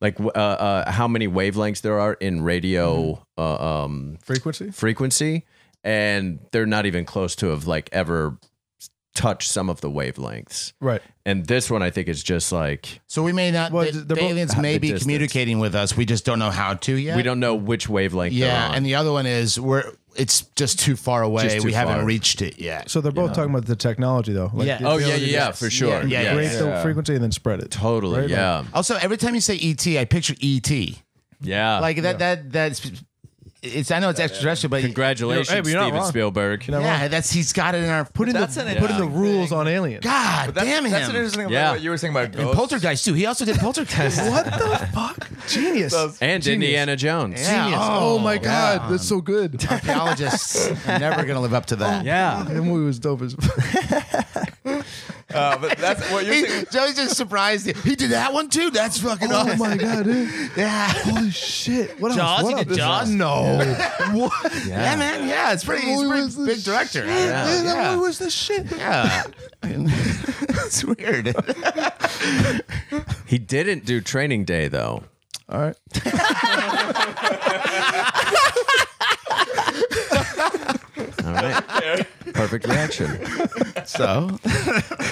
[SPEAKER 2] like w- uh, uh, how many wavelengths there are in radio
[SPEAKER 8] Mm-hmm.
[SPEAKER 2] uh, um,
[SPEAKER 6] Frequency.
[SPEAKER 2] frequency, and they're not even close to have like ever touched some of the wavelengths.
[SPEAKER 6] Right.
[SPEAKER 2] And this one I think is just like
[SPEAKER 8] so we may not.
[SPEAKER 6] Well,
[SPEAKER 8] the,
[SPEAKER 6] they're
[SPEAKER 8] the
[SPEAKER 6] both-
[SPEAKER 8] aliens may
[SPEAKER 2] the
[SPEAKER 8] be
[SPEAKER 2] distance.
[SPEAKER 8] communicating with us. We just don't know how to yet.
[SPEAKER 2] we don't know which wavelength. they're
[SPEAKER 8] Yeah,
[SPEAKER 2] on.
[SPEAKER 8] and the other one is we're. It's just too far away.
[SPEAKER 2] Just too
[SPEAKER 8] we
[SPEAKER 2] far.
[SPEAKER 8] haven't reached it yet.
[SPEAKER 6] So they're both talking about the technology, though. Like,
[SPEAKER 8] Yeah.
[SPEAKER 6] the
[SPEAKER 2] oh yeah, yeah,
[SPEAKER 6] ability to
[SPEAKER 2] yeah, for sure.
[SPEAKER 8] Yeah, yeah,
[SPEAKER 6] Create
[SPEAKER 2] Yes.
[SPEAKER 6] the frequency and then spread it.
[SPEAKER 2] Totally.
[SPEAKER 6] Right?
[SPEAKER 2] Yeah.
[SPEAKER 8] Also, every time you say ET, I picture E ET.
[SPEAKER 2] Yeah.
[SPEAKER 8] like that that that's it's I know it's extraterrestrial, but
[SPEAKER 2] congratulations,
[SPEAKER 6] Hey, but you're not
[SPEAKER 2] Steven
[SPEAKER 6] wrong.
[SPEAKER 2] Spielberg.
[SPEAKER 8] yeah, that's he's got it in our put in
[SPEAKER 4] That's
[SPEAKER 8] the
[SPEAKER 4] an
[SPEAKER 6] Putting the
[SPEAKER 4] interesting
[SPEAKER 6] rules
[SPEAKER 4] thing.
[SPEAKER 6] on aliens.
[SPEAKER 8] God
[SPEAKER 4] But that's,
[SPEAKER 8] damn him.
[SPEAKER 4] That's an interesting thing
[SPEAKER 2] Yeah.
[SPEAKER 4] about what you were saying about
[SPEAKER 8] and
[SPEAKER 4] ghosts.
[SPEAKER 8] Poltergeist too. He also did Poltergeist.
[SPEAKER 6] What the fuck? Genius.
[SPEAKER 2] And Indiana Jones.
[SPEAKER 8] Genius.
[SPEAKER 6] Oh, my God. That's so good.
[SPEAKER 8] Archaeologists are never gonna live up to that.
[SPEAKER 2] Yeah.
[SPEAKER 6] That movie was dope as fuck.
[SPEAKER 4] Uh, but that's what you're
[SPEAKER 8] He-
[SPEAKER 4] saying.
[SPEAKER 8] Joey's just surprised. you. He did that one too. That's fucking
[SPEAKER 6] Oh
[SPEAKER 8] awesome.
[SPEAKER 6] my god, dude.
[SPEAKER 8] Yeah.
[SPEAKER 6] Holy shit. What
[SPEAKER 8] Jaws?
[SPEAKER 6] else? What
[SPEAKER 8] You
[SPEAKER 6] else?
[SPEAKER 8] did Jaws?
[SPEAKER 6] No. what?
[SPEAKER 8] yeah, man. Yeah, it's pretty. He's
[SPEAKER 6] That
[SPEAKER 8] a
[SPEAKER 6] movie
[SPEAKER 8] pretty
[SPEAKER 6] was the
[SPEAKER 8] big director.
[SPEAKER 6] Yeah,
[SPEAKER 8] Yeah,
[SPEAKER 6] that
[SPEAKER 8] yeah.
[SPEAKER 6] one was the shit.
[SPEAKER 8] Yeah. it's weird.
[SPEAKER 2] He didn't do training day though.
[SPEAKER 6] All right.
[SPEAKER 2] All right. Perfect reaction.
[SPEAKER 8] So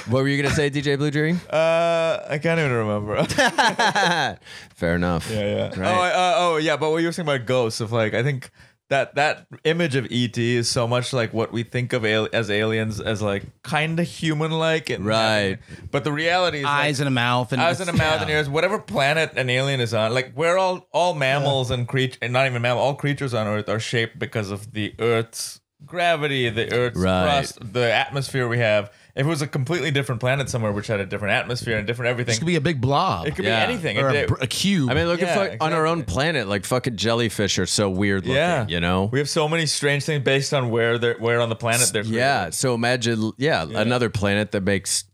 [SPEAKER 2] What were you gonna say, DJ Blue Dream?
[SPEAKER 4] Uh, I can't even remember. yeah,
[SPEAKER 2] Fair enough.
[SPEAKER 4] yeah.
[SPEAKER 2] Right.
[SPEAKER 4] Oh, I- uh, oh, yeah. But what you were saying about ghosts of like, I think that that image of ET is so much like what we think of al- as aliens as like kind of human like,
[SPEAKER 2] Right.
[SPEAKER 4] But the reality is like,
[SPEAKER 8] eyes and a mouth and
[SPEAKER 4] eyes and a mouth and ears. Whatever planet an alien is on, like we're all all mammals and creature, and not even mammal, all creatures on Earth are shaped because of the Earth's gravity, the Earth's
[SPEAKER 2] Right.
[SPEAKER 4] crust, the atmosphere we have. If it was a completely different planet somewhere, which had a different atmosphere and different everything,
[SPEAKER 8] This could be a big blob
[SPEAKER 4] it could
[SPEAKER 2] Yeah.
[SPEAKER 4] be anything.
[SPEAKER 8] or
[SPEAKER 4] It-
[SPEAKER 8] a,
[SPEAKER 4] it-
[SPEAKER 8] br- a cube.
[SPEAKER 2] I mean, look at
[SPEAKER 4] Yeah,
[SPEAKER 2] fuck, on our own
[SPEAKER 4] exactly.
[SPEAKER 2] planet, like fucking jellyfish are so weird looking.
[SPEAKER 4] yeah,
[SPEAKER 2] You know.
[SPEAKER 4] we have so many strange things based on where they're where on the planet they're.
[SPEAKER 2] yeah.
[SPEAKER 4] created.
[SPEAKER 2] So imagine, yeah, another planet that makes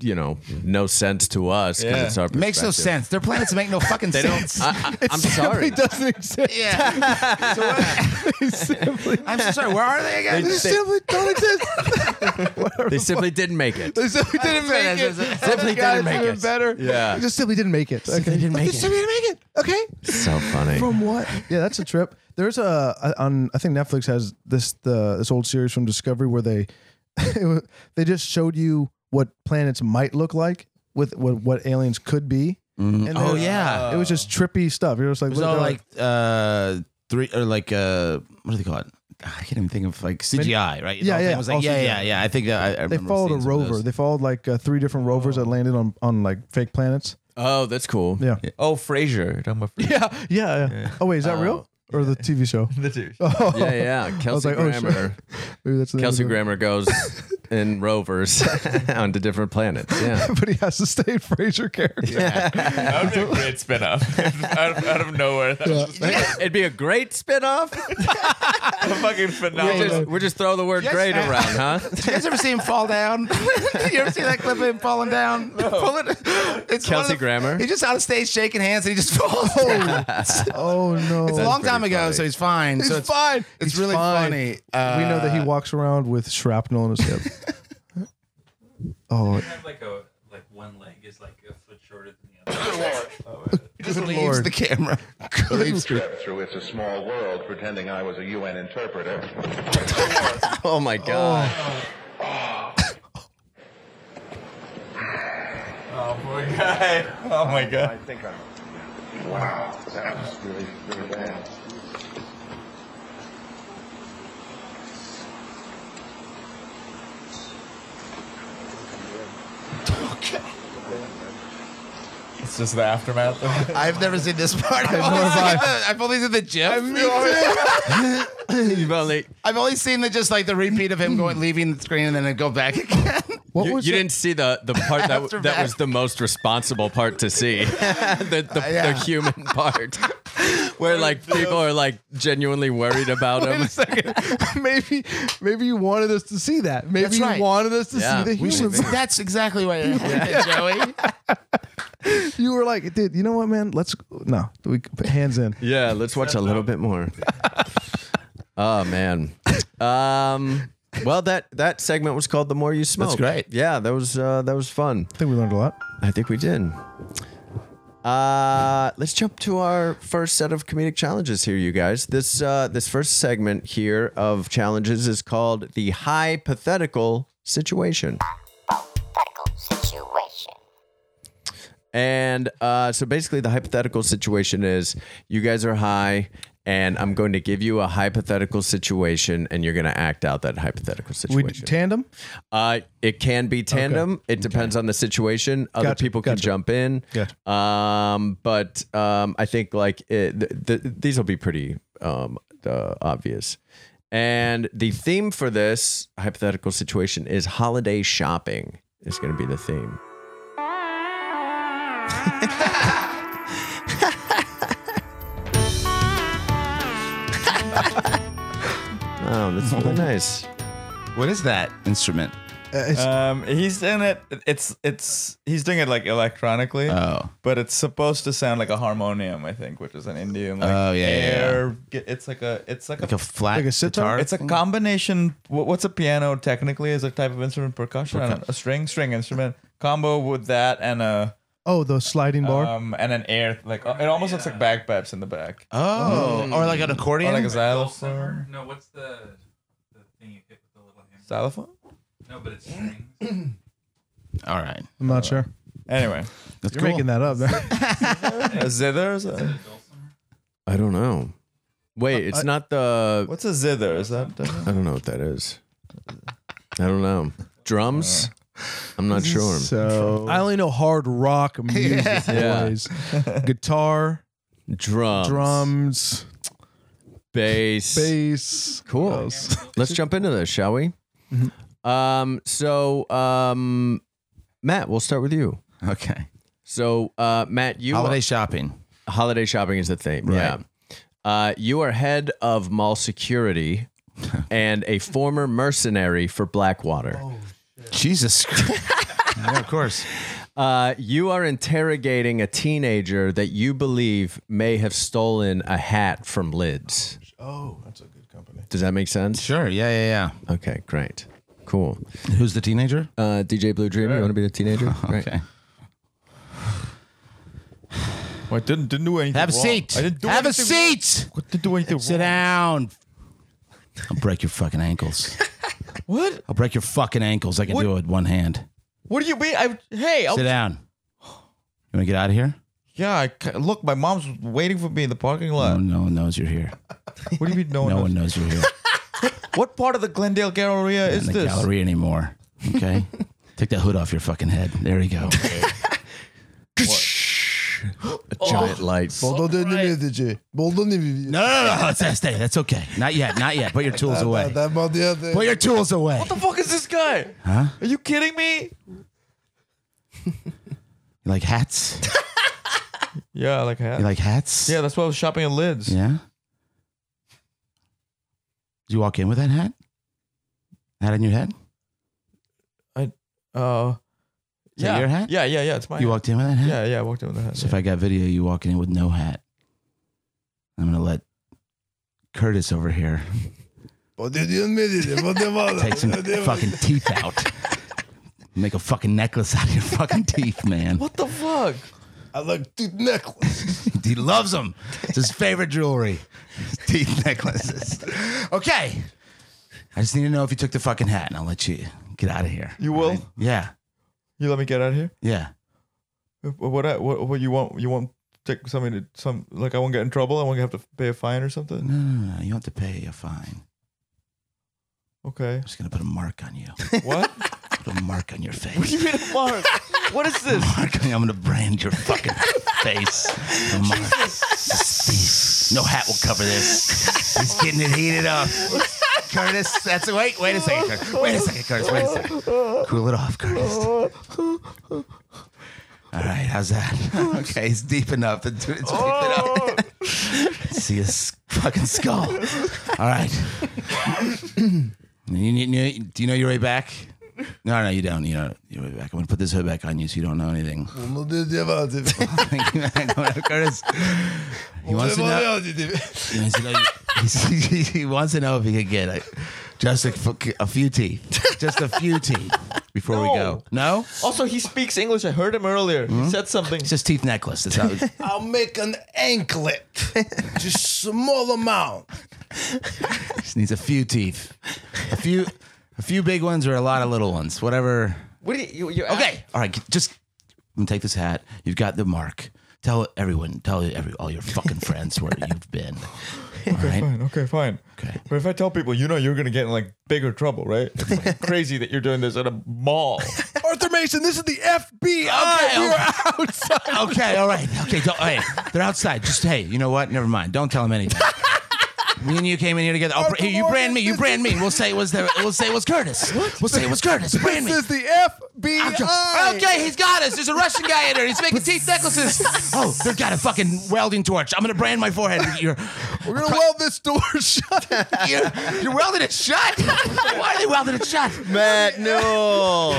[SPEAKER 2] you know no sense to us because
[SPEAKER 4] Yeah.
[SPEAKER 2] it's our
[SPEAKER 8] Makes no
[SPEAKER 2] perspective.
[SPEAKER 8] sense. Their planets make no fucking sense.
[SPEAKER 2] I, I, I'm
[SPEAKER 6] It
[SPEAKER 2] sorry.
[SPEAKER 6] doesn't exist.
[SPEAKER 8] yeah. I'm so sorry. Where are they again?
[SPEAKER 6] They simply don't exist.
[SPEAKER 2] They simply didn't make it.
[SPEAKER 6] They simply didn't make it.
[SPEAKER 2] Simply
[SPEAKER 6] Guys,
[SPEAKER 2] didn't make
[SPEAKER 6] even
[SPEAKER 2] it.
[SPEAKER 6] better.
[SPEAKER 2] Yeah.
[SPEAKER 6] Just simply didn't make it. Okay.
[SPEAKER 8] didn't make
[SPEAKER 6] Just
[SPEAKER 8] it.
[SPEAKER 6] simply didn't make it. Okay.
[SPEAKER 2] So funny.
[SPEAKER 6] From what? Yeah, that's a trip. There's a on I think Netflix has this the this old series from Discovery where they they just showed you what planets might look like with what what aliens could be. And
[SPEAKER 8] Oh
[SPEAKER 6] they-
[SPEAKER 8] yeah.
[SPEAKER 6] It was just trippy stuff. You're just like,
[SPEAKER 8] It was
[SPEAKER 6] look,
[SPEAKER 8] all
[SPEAKER 6] they're
[SPEAKER 8] like uh three or like uh what do they call it? I can't even think of like CGI, right? The
[SPEAKER 6] Yeah,
[SPEAKER 8] whole thing
[SPEAKER 6] yeah,
[SPEAKER 8] was like,
[SPEAKER 6] all
[SPEAKER 8] yeah,
[SPEAKER 6] CGI.
[SPEAKER 8] yeah, yeah. I think that I, I
[SPEAKER 6] they
[SPEAKER 8] remember
[SPEAKER 6] followed a
[SPEAKER 8] seeing some of
[SPEAKER 6] rover.
[SPEAKER 8] those.
[SPEAKER 6] They followed like uh, three different rovers that landed on on like fake planets.
[SPEAKER 2] Oh, that's cool.
[SPEAKER 6] Yeah.
[SPEAKER 4] Oh, Frasier. You're talking about Frasier.
[SPEAKER 6] Yeah, yeah. yeah. Oh wait, is that real or the TV show?
[SPEAKER 4] The two.
[SPEAKER 6] Oh,
[SPEAKER 2] Yeah, yeah. Kelsey
[SPEAKER 6] like, oh, shit.
[SPEAKER 2] Grammer.
[SPEAKER 6] maybe that's the name of
[SPEAKER 2] Kelsey
[SPEAKER 6] the-
[SPEAKER 2] Grammer goes in rovers onto different planets. Yeah.
[SPEAKER 6] But he has to stay in Fraser character.
[SPEAKER 4] That would be a great spin-off. out, of, out of nowhere. That was just
[SPEAKER 2] It'd be a great spinoff.
[SPEAKER 4] a fucking
[SPEAKER 2] We're
[SPEAKER 4] phenomenal.
[SPEAKER 2] just, we're just throw the word
[SPEAKER 8] Yes,
[SPEAKER 2] great
[SPEAKER 8] ma'am.
[SPEAKER 2] around, huh?
[SPEAKER 8] You guys ever see him fall down? you ever see that clip of him falling down? Pulling, it's one of
[SPEAKER 2] Kelsey Grammer.
[SPEAKER 8] He's just on the stage shaking hands and he just falls. down.
[SPEAKER 6] Oh no,
[SPEAKER 8] It's a long
[SPEAKER 2] pretty
[SPEAKER 8] time ago,
[SPEAKER 2] funny.
[SPEAKER 8] so he's fine. so it's
[SPEAKER 6] fine.
[SPEAKER 8] It's
[SPEAKER 6] He's
[SPEAKER 8] really
[SPEAKER 6] fine.
[SPEAKER 8] funny. Uh,
[SPEAKER 6] we know that he walks around with shrapnel in his hip. oh,
[SPEAKER 11] like a like one leg is like a foot shorter than the other.
[SPEAKER 8] just leaves the camera.
[SPEAKER 9] Through It's a Small World, pretending I was a UN interpreter.
[SPEAKER 2] Oh my god.
[SPEAKER 4] Oh, poor guy. Oh my god.
[SPEAKER 9] think I'm. Wow, that was really, really bad.
[SPEAKER 8] Oh,
[SPEAKER 4] It's just the aftermath. Of
[SPEAKER 8] I've never seen this part. I've only seen, the, I've only seen the gif.
[SPEAKER 2] You've only
[SPEAKER 8] I've only seen the just like the repeat of him going leaving the screen and then go back again.
[SPEAKER 6] what
[SPEAKER 2] you,
[SPEAKER 6] was
[SPEAKER 2] you
[SPEAKER 6] it?
[SPEAKER 2] didn't see the the part that
[SPEAKER 8] After
[SPEAKER 2] that
[SPEAKER 8] that.
[SPEAKER 2] was the most responsible part to see, the
[SPEAKER 4] Uh,
[SPEAKER 2] the,
[SPEAKER 8] yeah.
[SPEAKER 2] the human part, where like people are like genuinely worried about him.
[SPEAKER 6] second. maybe, maybe you wanted us to see that. Maybe
[SPEAKER 8] That's
[SPEAKER 6] you
[SPEAKER 8] right.
[SPEAKER 6] wanted us to
[SPEAKER 2] Yeah,
[SPEAKER 6] see the
[SPEAKER 2] we
[SPEAKER 6] human.
[SPEAKER 8] That's exactly what it happened, Joey.
[SPEAKER 6] You were like, dude, you know what, man? Let's no, we put hands in.
[SPEAKER 2] Yeah, let's watch a little bit more. oh man. Um well that that segment was called The More You Smoke.
[SPEAKER 8] great.
[SPEAKER 2] Yeah, that was uh that was fun.
[SPEAKER 6] I think we learned a lot.
[SPEAKER 2] I think we did. Uh let's jump to our first set of comedic challenges here you guys. This uh this first segment here of challenges is called The Hypothetical Situation. And uh, so basically, the hypothetical situation is you guys are high, and I'm going to give you a hypothetical situation, and you're going to act out that hypothetical
[SPEAKER 6] We
[SPEAKER 2] situation.
[SPEAKER 6] tandem.
[SPEAKER 2] uh, it can be tandem. It depends on the situation. Other
[SPEAKER 6] Gotcha,
[SPEAKER 2] people can
[SPEAKER 6] gotcha.
[SPEAKER 2] jump in.
[SPEAKER 6] Gotcha.
[SPEAKER 2] Um, but um, I think like it, th- th- these will be pretty um, uh, obvious. And the theme for this hypothetical situation is holiday shopping. Is going to be the theme. Oh, that's really nice.
[SPEAKER 8] What is that instrument?
[SPEAKER 6] Uh,
[SPEAKER 4] um, he's in it. It's it's he's doing it like electronically.
[SPEAKER 3] Oh.
[SPEAKER 4] but it's supposed to sound like a harmonium, I think, which is an Indian. Like,
[SPEAKER 3] Oh, yeah, yeah, yeah.
[SPEAKER 4] air, yeah. It's like a it's like,
[SPEAKER 3] Like a flat Like a sitar guitar
[SPEAKER 4] It's a
[SPEAKER 3] thing?
[SPEAKER 4] combination. wha- What's a piano technically? Is a type of instrument percussion, I don't know, a string string instrument combo with that and a
[SPEAKER 6] Oh, the sliding bar.
[SPEAKER 4] um and an air like it almost looks like bagpipes in the back.
[SPEAKER 8] Oh, or like an accordion?
[SPEAKER 4] or like a xylophone.
[SPEAKER 11] No, what's the the thing you hit with the little hammer?
[SPEAKER 4] Xylophone.
[SPEAKER 11] No, but it's strings.
[SPEAKER 8] All right.
[SPEAKER 6] I'm not sure.
[SPEAKER 4] Anyway,
[SPEAKER 6] You're making that up. man.
[SPEAKER 4] a zither? Is that-
[SPEAKER 2] I don't know. Wait, it's
[SPEAKER 4] I-
[SPEAKER 2] not the.
[SPEAKER 4] What's a zither? Is that?
[SPEAKER 2] I don't know what that is. I don't know. Drums? I'm not sure.
[SPEAKER 6] So I only know hard rock music.
[SPEAKER 2] Yeah.
[SPEAKER 6] boys. Guitar,
[SPEAKER 2] drums,
[SPEAKER 6] drums,
[SPEAKER 2] bass,
[SPEAKER 6] bass.
[SPEAKER 2] Cool. Let's jump into this, shall we? Um. So, um, Matt, we'll start with you.
[SPEAKER 8] Okay.
[SPEAKER 2] So, uh, Matt, you
[SPEAKER 8] Holiday shopping.
[SPEAKER 2] holiday shopping is the theme.
[SPEAKER 8] Right.
[SPEAKER 2] Yeah. Uh, you are head of mall security and a former mercenary for Blackwater.
[SPEAKER 8] Jesus Christ. yeah, of course.
[SPEAKER 2] Uh, you are interrogating a teenager that you believe may have stolen a hat from Lids.
[SPEAKER 6] Oh, that's a good company.
[SPEAKER 2] Does that make sense?
[SPEAKER 8] Sure. Yeah, yeah,
[SPEAKER 2] Okay, great. Cool.
[SPEAKER 8] yeah. Who's the teenager?
[SPEAKER 2] Uh, DJ Blue Dream, you want to be the teenager? Great.
[SPEAKER 8] Okay.
[SPEAKER 4] Well, I didn't didn't do anything.
[SPEAKER 8] Have a
[SPEAKER 4] wrong.
[SPEAKER 8] seat.
[SPEAKER 4] I didn't do
[SPEAKER 8] Have a
[SPEAKER 4] anything
[SPEAKER 8] seat.
[SPEAKER 4] Wrong. I didn't do anything
[SPEAKER 8] Sit
[SPEAKER 4] wrong.
[SPEAKER 8] down. I'll break your fucking ankles.
[SPEAKER 4] What?
[SPEAKER 8] I'll break your fucking ankles. I can
[SPEAKER 4] What?
[SPEAKER 8] do it with one hand.
[SPEAKER 4] What do you mean? I hey, I'll,
[SPEAKER 8] Sit down. You want to get out of here?
[SPEAKER 4] yeah. I, ca- look, my mom's waiting for me in the parking
[SPEAKER 8] No,
[SPEAKER 4] lot.
[SPEAKER 8] no one knows you're here.
[SPEAKER 4] What do you mean? Uh, oh, No, one
[SPEAKER 8] No
[SPEAKER 4] knows?
[SPEAKER 8] one knows you're here.
[SPEAKER 4] What part of the Glendale Galleria
[SPEAKER 8] in
[SPEAKER 4] is
[SPEAKER 8] the
[SPEAKER 4] this?
[SPEAKER 8] gallery anymore. Okay, take that hood off your fucking head. There you go.
[SPEAKER 2] A
[SPEAKER 6] Oh.
[SPEAKER 2] giant light.
[SPEAKER 8] No, no, no, no. Stay, stay. That's okay. Not yet. Not yet. Put your tools away. Put your tools away.
[SPEAKER 4] What the fuck is this guy?
[SPEAKER 8] Huh?
[SPEAKER 4] Are you kidding me?
[SPEAKER 8] You like hats?
[SPEAKER 4] Yeah, I like hats.
[SPEAKER 8] You like hats?
[SPEAKER 4] yeah, that's why I was shopping at Lids.
[SPEAKER 8] Yeah. Did you walk in with that hat? Hat on your head?
[SPEAKER 4] Uh,
[SPEAKER 8] Is that
[SPEAKER 4] yeah.
[SPEAKER 8] your hat?
[SPEAKER 4] Yeah, yeah, yeah. It's my.
[SPEAKER 8] You
[SPEAKER 4] hat.
[SPEAKER 8] walked in with that hat?
[SPEAKER 4] Yeah, yeah. I walked in with the hat.
[SPEAKER 8] So if I got video, of you walking in with no hat. I'm gonna let Curtis over here take some fucking teeth out. Make a fucking necklace out of your fucking teeth, man.
[SPEAKER 4] what the fuck?
[SPEAKER 6] I like deep necklace.
[SPEAKER 8] He loves them. It's his favorite jewelry. His teeth necklaces. Okay. I just need to know if you took the fucking hat, and I'll let you get out of here.
[SPEAKER 4] You will?
[SPEAKER 8] Alright? Yeah.
[SPEAKER 4] You let me get out of here.
[SPEAKER 8] Yeah.
[SPEAKER 4] What? I, what? What you want? You want take something to some? Like I won't get in trouble. I won't have to pay a fine or something.
[SPEAKER 8] No, no, no, no. You don't have to pay a fine.
[SPEAKER 4] Okay.
[SPEAKER 8] I'm just gonna put a mark on you.
[SPEAKER 4] What?
[SPEAKER 8] Put a mark on your face.
[SPEAKER 4] you mean a mark? What is this?
[SPEAKER 8] Mark, I'm gonna brand your fucking face. A mark. No hat will cover this. He's getting it heated up. Curtis, that's wait, wait a second, Curtis. Wait a second, Curtis, wait a second. Cool it off, Curtis. All right, how's that? Okay, it's deep enough. It's deep enough. See his fucking skull. All right. You need- you- do you know your way back? No, no, you don't. You know your way back. I'm gonna put this hood back on you so you don't know anything. Curtis, he wants to know. He wants to know, he, he wants to know if he could get a, just a, f- a few teeth. Just a few teeth before we go. No?
[SPEAKER 4] Also, he speaks English. I heard him earlier.
[SPEAKER 8] Hmm?
[SPEAKER 4] He said something.
[SPEAKER 8] It's just teeth necklace. That's how it-
[SPEAKER 6] I'll make an anklet. Just small amount.
[SPEAKER 8] just needs a few teeth. A few a few big ones or a lot of little ones. Whatever.
[SPEAKER 4] What do you? you you're
[SPEAKER 8] Okay. All right. Just I'm gonna take this hat. You've got the mark. Tell everyone, tell every, all your fucking friends where you've been. All right.
[SPEAKER 4] Fine, okay, fine.
[SPEAKER 8] Okay.
[SPEAKER 4] But if I tell people, you know, you're gonna get in like bigger trouble, right? It's like, crazy that you're doing this at a mall.
[SPEAKER 6] Arthur Mason, this is the FBI.
[SPEAKER 8] Okay, okay. Okay, all right. Okay, don't, hey, they're outside. Just hey, you know what? Never mind. Don't tell them anything. Me and you came in here together. I'll, here, you brand me. You brand me. We'll say it was the. We'll say it was Curtis. We'll say it was Curtis. Brand me.
[SPEAKER 6] This is the
[SPEAKER 8] Okay,
[SPEAKER 6] FBI.
[SPEAKER 8] okay, he's got us. There's a Russian guy in there. He's making teeth necklaces. Oh, they've got a fucking welding torch. I'm gonna brand my forehead. with your-
[SPEAKER 6] We're gonna weld this door shut.
[SPEAKER 8] you, you welded it shut. Why are they welding it shut?
[SPEAKER 2] Matt Newell.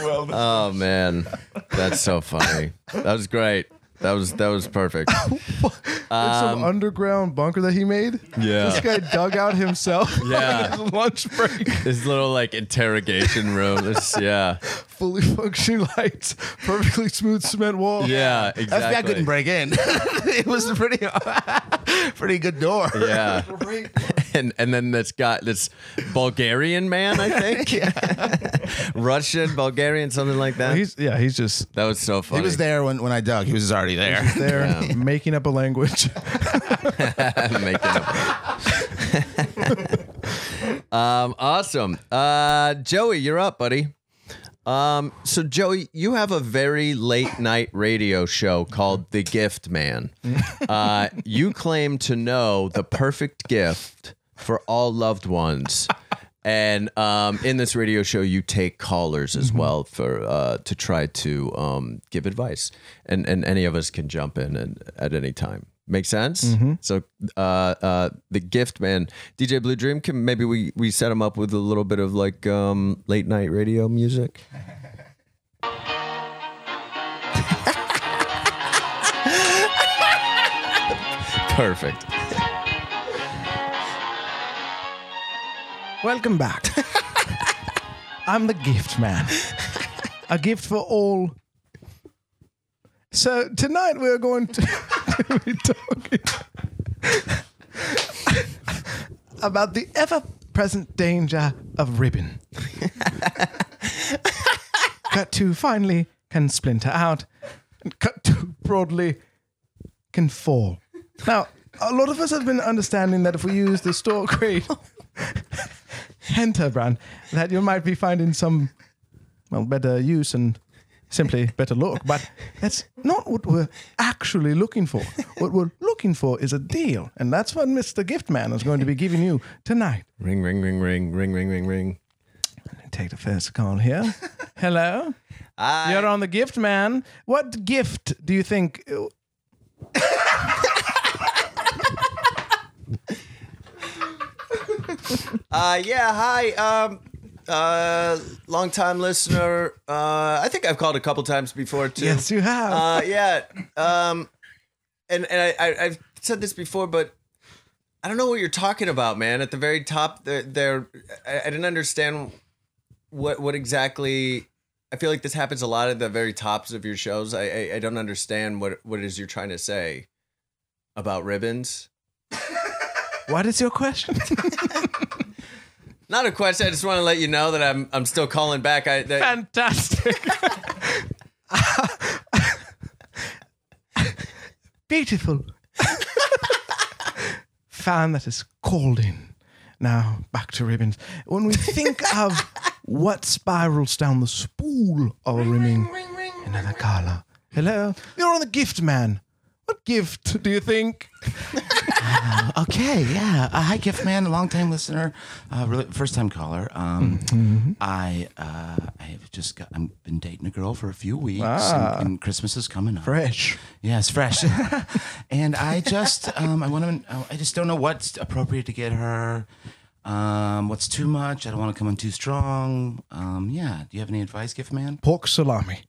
[SPEAKER 2] oh man, that's so funny. That was great. That was that was perfect.
[SPEAKER 6] There's some
[SPEAKER 2] Um,
[SPEAKER 6] underground bunker that he made.
[SPEAKER 2] Yeah.
[SPEAKER 6] This guy dug out himself.
[SPEAKER 2] Yeah.
[SPEAKER 6] on his lunch break.
[SPEAKER 2] this little like interrogation room. This, yeah,
[SPEAKER 6] Fully functioning lights. Perfectly smooth cement wall.
[SPEAKER 2] yeah, exactly.
[SPEAKER 8] FBI couldn't break in. it was a pretty, pretty good door.
[SPEAKER 2] Yeah. And and then this guy, this Bulgarian man, I think, Russian, Bulgarian, something like that.
[SPEAKER 6] He's yeah. He's just
[SPEAKER 2] that was so funny.
[SPEAKER 8] He was there when, when I dug. He was already there.
[SPEAKER 6] there making up a language.
[SPEAKER 2] Making up. um, awesome. Uh, Joey, you're up, buddy. Um, so Joey, you have a very late night radio show called The Gift Man. Uh, you claim to know the perfect gift for all loved ones. And um, in this radio show, you take callers as well for uh, to try to um, give advice, and and any of us can jump in and at any time. Make sense? So uh, uh, the gift man, DJ Blue Dream, can maybe we we set him up with a little bit of like um, late night radio music. Perfect.
[SPEAKER 6] Welcome back. I'm the gift man. A gift for all. So tonight we're going to, to be talking about the ever present danger of ribbon. cut too finely can splinter out, and cut too broadly can fall. Now, a lot of us have been understanding that if we use the store grade Henterbrand, that you might be finding some, well, better use and simply better look. But that's not what we're actually looking for. What we're looking for is a deal. And that's what Mr. Giftman is going to be giving you tonight.
[SPEAKER 2] Ring, ring, ring, ring, ring, ring, ring, ring.
[SPEAKER 6] Take the first call here. Hello?
[SPEAKER 2] I,
[SPEAKER 6] You're on the gift, man. What gift do you think? uh,
[SPEAKER 2] Uh, yeah, hi. Um, uh, long time listener. Uh, I think I've called a couple times before too.
[SPEAKER 6] Yes, you have.
[SPEAKER 2] Uh, yeah. Um, and and I, I I've said this before, but I don't know what you're talking about, man. At the very top, there, there I, I didn't understand what what exactly. I feel like this happens a lot at the very tops of your shows. I I, I don't understand what what it is you're trying to say about ribbons.
[SPEAKER 6] what is your question?
[SPEAKER 2] Not a question. I just want to let you know that I'm I'm still calling back. I that,
[SPEAKER 6] Fantastic. Beautiful. Fan that is called in. Now back to ribbons. When we think of what spirals down the spool of a ribbon, another color. Hello, you're on the gift man. What gift do you think?
[SPEAKER 8] Okay, yeah. Uh, hi, gift man, long time listener, uh, really, first time caller. Um, I uh, I've just got I've been dating a girl for a few weeks,
[SPEAKER 6] Ah.
[SPEAKER 8] and, and Christmas is coming up.
[SPEAKER 6] Fresh.
[SPEAKER 8] Yes, fresh. and I just um, I want to I just don't know what's appropriate to get her. Um, what's too much? I don't want to come on too strong. Um, yeah. Do you have any advice, gift man?
[SPEAKER 6] Pork salami.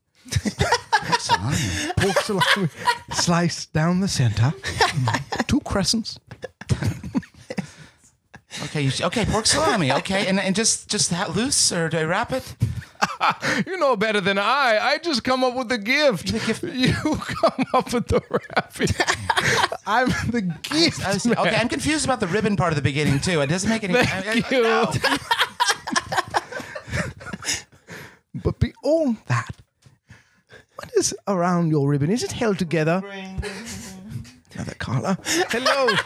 [SPEAKER 8] Salami.
[SPEAKER 6] Pork salami. Slice down the center. Two crescents.
[SPEAKER 8] Okay, you, sh- okay, pork salami. Okay, and and just just that loose, or do I wrap it?
[SPEAKER 6] You know better than I. I just come up with the gift. You come up with the wrapping. I'm the gift.
[SPEAKER 8] I was- okay, I'm confused about the ribbon part of the beginning too. It doesn't make any. I- I-
[SPEAKER 6] Thank you. but beyond that, what is around your ribbon? Is it held together? Another Carla. Hello.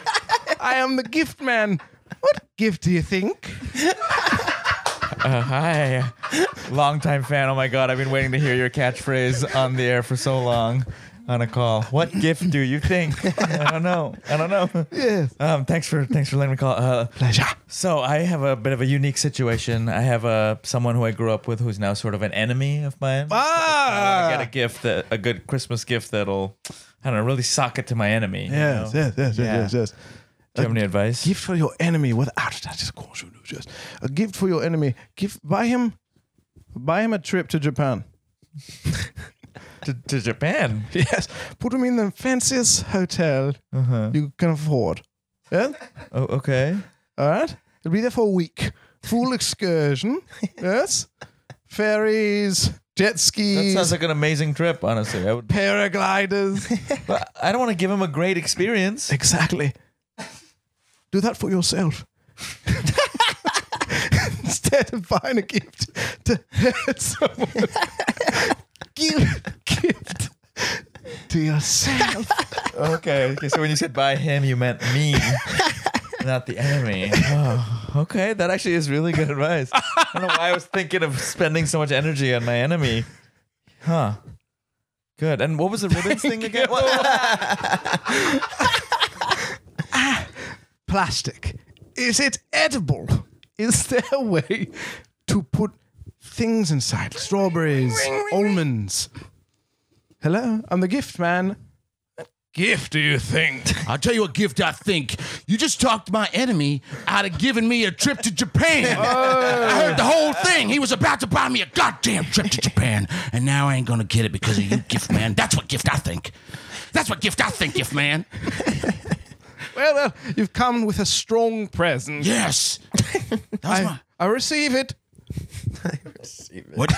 [SPEAKER 6] I am the gift man. What gift do you think?
[SPEAKER 4] Uh, hi, longtime fan. Oh my god, I've been waiting to hear your catchphrase on the air for so long. on a call. What gift do you think? I don't know. I don't know. Yes. Um, thanks for thanks for letting me call. Uh, Pleasure. So I have a bit of a unique situation. I have a someone who I grew up with who's now sort of an enemy of mine. Ah. I wanna get a gift that a good Christmas gift that'll I don't know really sock it to my enemy. you
[SPEAKER 6] Yes,
[SPEAKER 4] know?
[SPEAKER 6] yes, yes, yes,
[SPEAKER 4] Yeah.
[SPEAKER 6] yes, yes.
[SPEAKER 4] Do you have any advice?
[SPEAKER 6] Gift for your enemy without that is cause you lose. Yes. A gift for your enemy. Give buy him buy him a trip to Japan.
[SPEAKER 4] to, to Japan.
[SPEAKER 6] Yes. Put him in the fanciest hotel
[SPEAKER 4] Uh-huh.
[SPEAKER 6] you can afford. Yeah?
[SPEAKER 4] Oh, okay.
[SPEAKER 6] All right. He'll be there for a week. Full excursion. yes. Ferries, jet
[SPEAKER 4] That
[SPEAKER 6] skis,
[SPEAKER 4] sounds like an amazing trip, honestly. I would
[SPEAKER 6] paragliders.
[SPEAKER 4] but I don't want to give him a great experience.
[SPEAKER 6] Exactly. Do that for yourself. Instead of buying a gift to hurt someone, give gift to yourself.
[SPEAKER 4] Okay. okay. So when you said by him, you meant me, not the enemy. Oh, okay. That actually is really good advice. I don't know why I was thinking of spending so much energy on my enemy. Huh. Good. And what was the ribbons thing again?
[SPEAKER 6] Plastic. Is it edible? Is there a way to put things inside? Strawberries, almonds. Hello, I'm the gift man.
[SPEAKER 8] gift do you think? I'll tell you what gift I think. You just talked my enemy out of giving me a trip to Japan.
[SPEAKER 6] Oh.
[SPEAKER 8] I heard the whole thing. He was about to buy me a goddamn trip to Japan, and now I ain't gonna get it because of you, gift man. That's what gift I think. That's what gift I think, gift man.
[SPEAKER 6] Well, well, you've come with a strong present.
[SPEAKER 8] Yes.
[SPEAKER 6] I, I receive it.
[SPEAKER 8] What?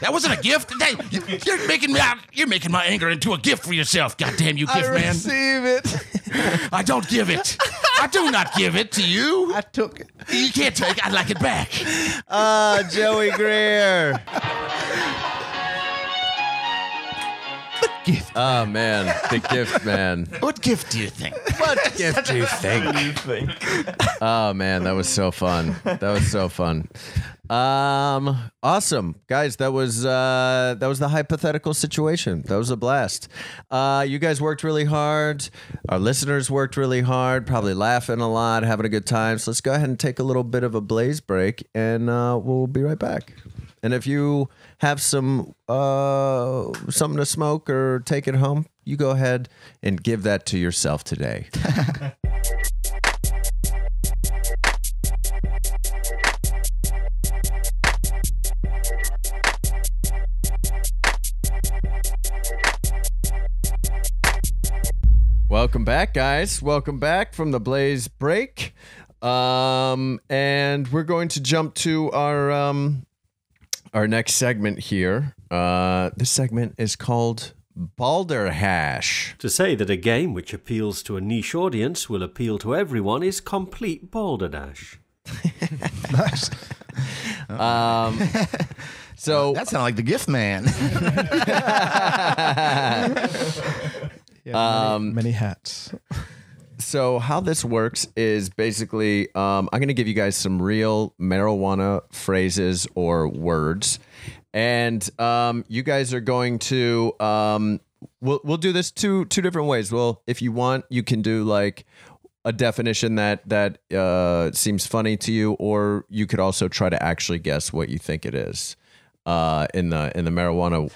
[SPEAKER 8] That wasn't a gift. That- you- you're making me out. You're making my anger into a gift for yourself. Goddamn you,
[SPEAKER 6] I
[SPEAKER 8] gift man.
[SPEAKER 6] receive it.
[SPEAKER 8] I don't give it. I do not give it to you.
[SPEAKER 6] I took it.
[SPEAKER 8] You can't take. I'd like it back.
[SPEAKER 2] Ah, Joey Greer.
[SPEAKER 8] Gift.
[SPEAKER 2] Oh man, the gift man.
[SPEAKER 8] What gift do you think?
[SPEAKER 2] What gift do you think? Oh man, that was so fun. That was so fun. Um, awesome guys. That was uh, that was the hypothetical situation. That was a blast. Uh, you guys worked really hard. Our listeners worked really hard. Probably laughing a lot, having a good time. So let's go ahead and take a little bit of a blaze break, and uh, we'll be right back. And if you have some uh, something to smoke or take it home, you go ahead and give that to yourself today. Welcome back, guys. Welcome back from the Blaze break. Um, and we're going to jump to our um, our next segment here. Uh, this segment is called Balder Hash.
[SPEAKER 12] To say that a game which appeals to a niche audience will appeal to everyone is complete balderdash.
[SPEAKER 2] Um, so
[SPEAKER 8] That sounded like the gift man.
[SPEAKER 6] Um, many hats.
[SPEAKER 2] so how this works is basically um, i'm going to give you guys some real marijuana phrases or words and um, you guys are going to um, we'll, we'll do this two two different ways well if you want you can do like a definition that that uh, seems funny to you or you could also try to actually guess what you think it is uh, in the in the marijuana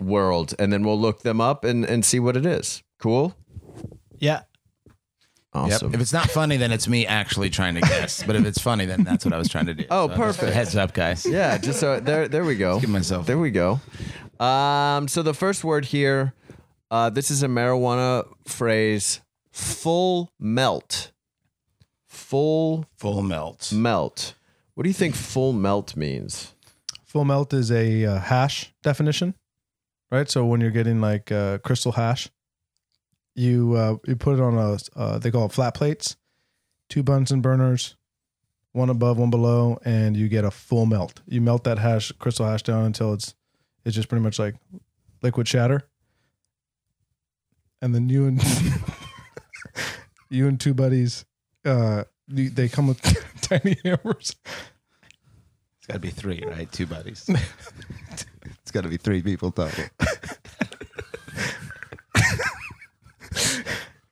[SPEAKER 2] world and then we'll look them up and and see what it is cool
[SPEAKER 8] Yeah.
[SPEAKER 2] awesome
[SPEAKER 8] If it's not funny, then it's me actually trying to guess. but if it's funny, then that's what I was trying to do.
[SPEAKER 2] Oh,
[SPEAKER 8] So just
[SPEAKER 2] perfect.
[SPEAKER 8] Heads up, guys.
[SPEAKER 2] Yeah, just so there there we go.
[SPEAKER 8] Give myself.
[SPEAKER 2] There we go. Um, so the first word here, uh, this is a marijuana phrase, full melt. Full
[SPEAKER 8] Full melt.
[SPEAKER 2] melt. What do you think full melt means?
[SPEAKER 6] Full melt is a uh, hash definition, right? So when you're getting like uh, crystal hash, you uh, you put it on a uh, they call it flat plates, two Bunsen burners, one above, one below, and you get a full melt. You melt that hash, crystal hash down until it's it's just pretty much like liquid shatter, and then you and you and two buddies, uh, you, they come with tiny hammers.
[SPEAKER 8] It's got to be three, right? Two buddies. it's got to be three people total.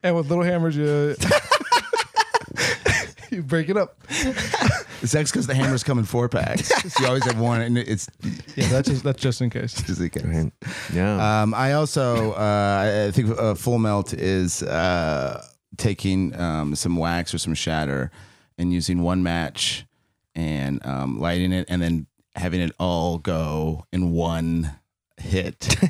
[SPEAKER 6] and with little hammers, you you break it up.
[SPEAKER 8] That's because the hammer's come in four packs. So you always have one, and it's
[SPEAKER 6] yeah. That's just, that's just in case.
[SPEAKER 8] Just in case.
[SPEAKER 2] Yeah.
[SPEAKER 8] Um, I also uh, I think uh, Full Melt is uh, taking um, some wax or some shatter and using one match and um, lighting it, and then having it all go in one hit,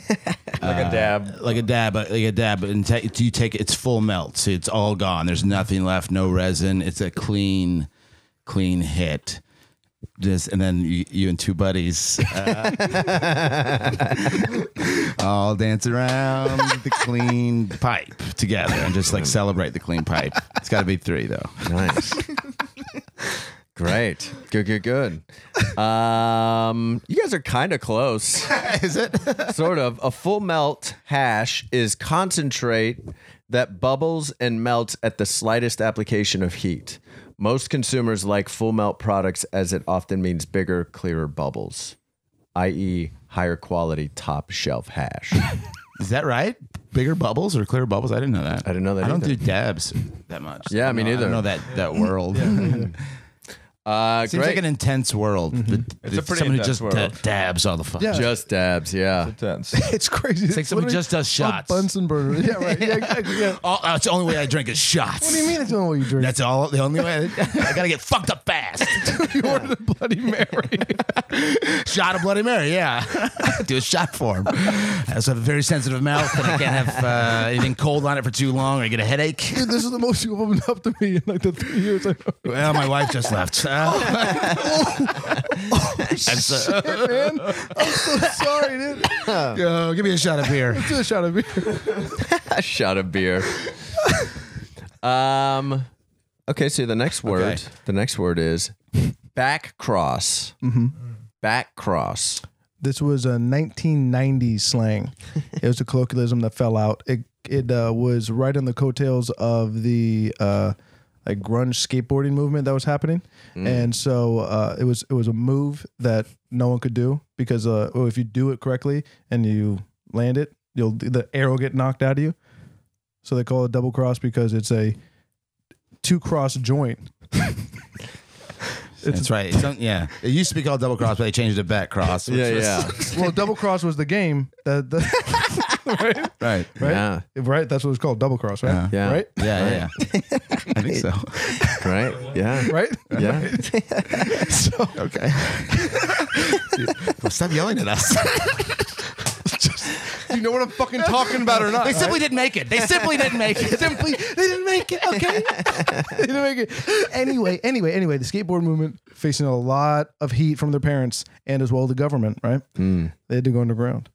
[SPEAKER 4] Like a dab.
[SPEAKER 8] like a dab, uh, like a dab. And ta- you take it's full melt, so it's all gone. There's nothing left, no resin. It's a clean, clean hit. Just and then you, you and two buddies uh, all dance around the clean pipe together and just like celebrate the clean pipe. It's got to be three though.
[SPEAKER 2] Nice. Great. Good, good, good. Um, you guys are kind of close.
[SPEAKER 8] is it?
[SPEAKER 2] sort of. A full melt hash is concentrate that bubbles and melts at the slightest application of heat. Most consumers like full melt products as it often means bigger, clearer bubbles, i.e., higher quality top shelf hash.
[SPEAKER 8] Is that right? Bigger bubbles or clear bubbles? I didn't know that. I
[SPEAKER 2] didn't know that
[SPEAKER 8] I don't
[SPEAKER 2] either.
[SPEAKER 8] do dabs that much.
[SPEAKER 2] Yeah, me
[SPEAKER 8] I don't
[SPEAKER 2] neither.
[SPEAKER 8] know that that world.
[SPEAKER 2] Uh,
[SPEAKER 8] Seems
[SPEAKER 2] great.
[SPEAKER 8] like an intense world.
[SPEAKER 6] Mm-hmm.
[SPEAKER 8] The-
[SPEAKER 4] It's a pretty
[SPEAKER 8] someone
[SPEAKER 4] intense
[SPEAKER 8] who just
[SPEAKER 4] world.
[SPEAKER 8] da- dabs all the fuck.
[SPEAKER 6] Yeah.
[SPEAKER 2] Just dabs, yeah.
[SPEAKER 4] Intense.
[SPEAKER 6] It's crazy.
[SPEAKER 8] It's like somebody
[SPEAKER 6] literally
[SPEAKER 8] just does
[SPEAKER 6] a
[SPEAKER 8] shots.
[SPEAKER 6] Bunsen burner. Yeah, right. Yeah, exactly. Yeah.
[SPEAKER 8] Oh, that's the only way I drink is shots.
[SPEAKER 6] What do you mean it's the only way you drink?
[SPEAKER 8] That's all. The only way I gotta get fucked up fast.
[SPEAKER 6] you ordered a Bloody Mary.
[SPEAKER 8] shot of Bloody Mary. Yeah, do a shot for him. I also have a very sensitive mouth, and I can't have uh, anything cold on it for too long, or I get a headache.
[SPEAKER 6] Dude, this is the most you opened up to me in like the three years I know. you.
[SPEAKER 8] Well, my wife just left. Uh, I'm so-
[SPEAKER 6] Oh. Shit, man. I'm so sorry, dude.
[SPEAKER 8] Yo, give me a shot of beer.
[SPEAKER 6] Let's do a shot of beer.
[SPEAKER 2] a shot of beer. um, okay, so the next word,
[SPEAKER 8] Okay.
[SPEAKER 2] the next word is back cross.
[SPEAKER 4] Mm-hmm.
[SPEAKER 2] Back cross.
[SPEAKER 6] This was a 1990s slang. It was a colloquialism that fell out. It it uh, was right on the coattails of the uh, like grunge skateboarding movement that was happening, and so uh, it was it was a move that no one could do because uh, well, if you do it correctly and you land it, you'll the arrow will get knocked out of you. So they call it double cross because it's a two cross joint.
[SPEAKER 8] That's right. It's on- yeah, it used to be called double cross, but they changed it to back cross. which
[SPEAKER 2] Yeah,
[SPEAKER 8] was-
[SPEAKER 2] yeah,
[SPEAKER 6] Well, double cross was the game that the,
[SPEAKER 8] Right.
[SPEAKER 6] right?
[SPEAKER 2] yeah,
[SPEAKER 6] Right, that's what it's called, double cross,
[SPEAKER 8] Yeah.
[SPEAKER 6] right?
[SPEAKER 2] yeah.
[SPEAKER 6] Right?
[SPEAKER 8] Yeah, yeah, yeah. I think so.
[SPEAKER 2] Right? Yeah.
[SPEAKER 6] Right?
[SPEAKER 2] Yeah.
[SPEAKER 6] So
[SPEAKER 8] Okay. Stop yelling at us.
[SPEAKER 6] you know what I'm fucking talking about or not?
[SPEAKER 8] They simply didn't make it. They simply didn't make it.
[SPEAKER 6] simply they didn't make it. Okay, they didn't make it. Anyway, anyway, anyway, the skateboard movement facing a lot of heat from their parents and as well the government. Right?
[SPEAKER 8] Hmm.
[SPEAKER 6] They had to go underground.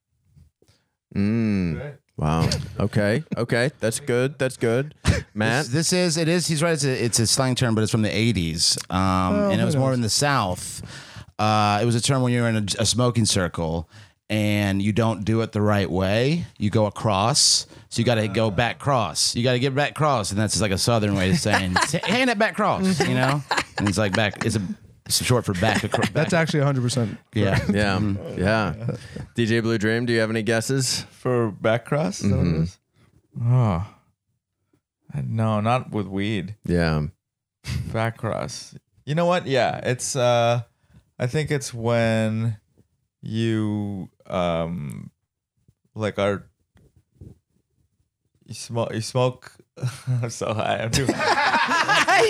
[SPEAKER 2] Mm. Wow. Okay. Okay. That's good. That's good. Matt.
[SPEAKER 8] Uh, This is it is. He's right. It's a, it's a slang term, but it's from the '80s, um,
[SPEAKER 6] Oh,
[SPEAKER 8] and it was
[SPEAKER 6] who
[SPEAKER 8] more
[SPEAKER 6] knows?
[SPEAKER 8] in the South. Uh, it was a term when you were in a, a smoking circle and you don't do it the right way. You go across, so you got to go back cross. You got to get back cross, and that's just like a Southern way of saying hand it back cross. You know, and it's like back. It's a it's short for back. Acro- back
[SPEAKER 6] That's actually 100. percent
[SPEAKER 8] yeah.
[SPEAKER 2] Yeah.
[SPEAKER 4] Mm-hmm.
[SPEAKER 2] Yeah. DJ Blue Dream, do you have any guesses? Mm-hmm.
[SPEAKER 4] For back cross? Is that what it is? Oh. I- No, not with weed.
[SPEAKER 2] Yeah.
[SPEAKER 4] Back cross. You know what? Yeah, it's uh I think it's when you um like are you smoke you smoke I'm so high. I'm too
[SPEAKER 8] he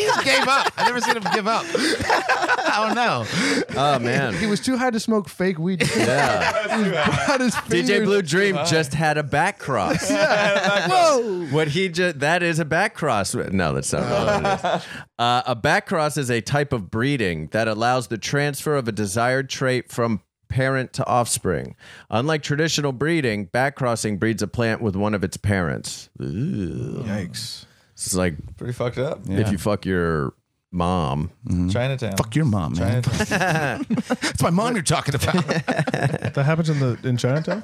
[SPEAKER 8] just gave up. I never seen him give up. oh no.
[SPEAKER 2] Oh man.
[SPEAKER 6] He was too high to smoke fake weed.
[SPEAKER 2] Yeah.
[SPEAKER 6] Got his
[SPEAKER 2] DJ
[SPEAKER 6] fingers-
[SPEAKER 2] Blue Dream just had a back cross.
[SPEAKER 6] Whoa.
[SPEAKER 2] What he just that is a back cross. No, that's not what it is. Uh, a back cross is a type of breeding that allows the transfer of a desired trait from parent to offspring. Unlike traditional breeding, back crossing breeds a plant with one of its parents. Ooh.
[SPEAKER 4] Yikes.
[SPEAKER 2] It's like
[SPEAKER 4] Pretty fucked up.
[SPEAKER 2] if you fuck your mom.
[SPEAKER 4] Chinatown.
[SPEAKER 8] Fuck your mom, man.
[SPEAKER 4] Chinatown.
[SPEAKER 8] It's my mom you're talking about.
[SPEAKER 6] That happens in the in Chinatown.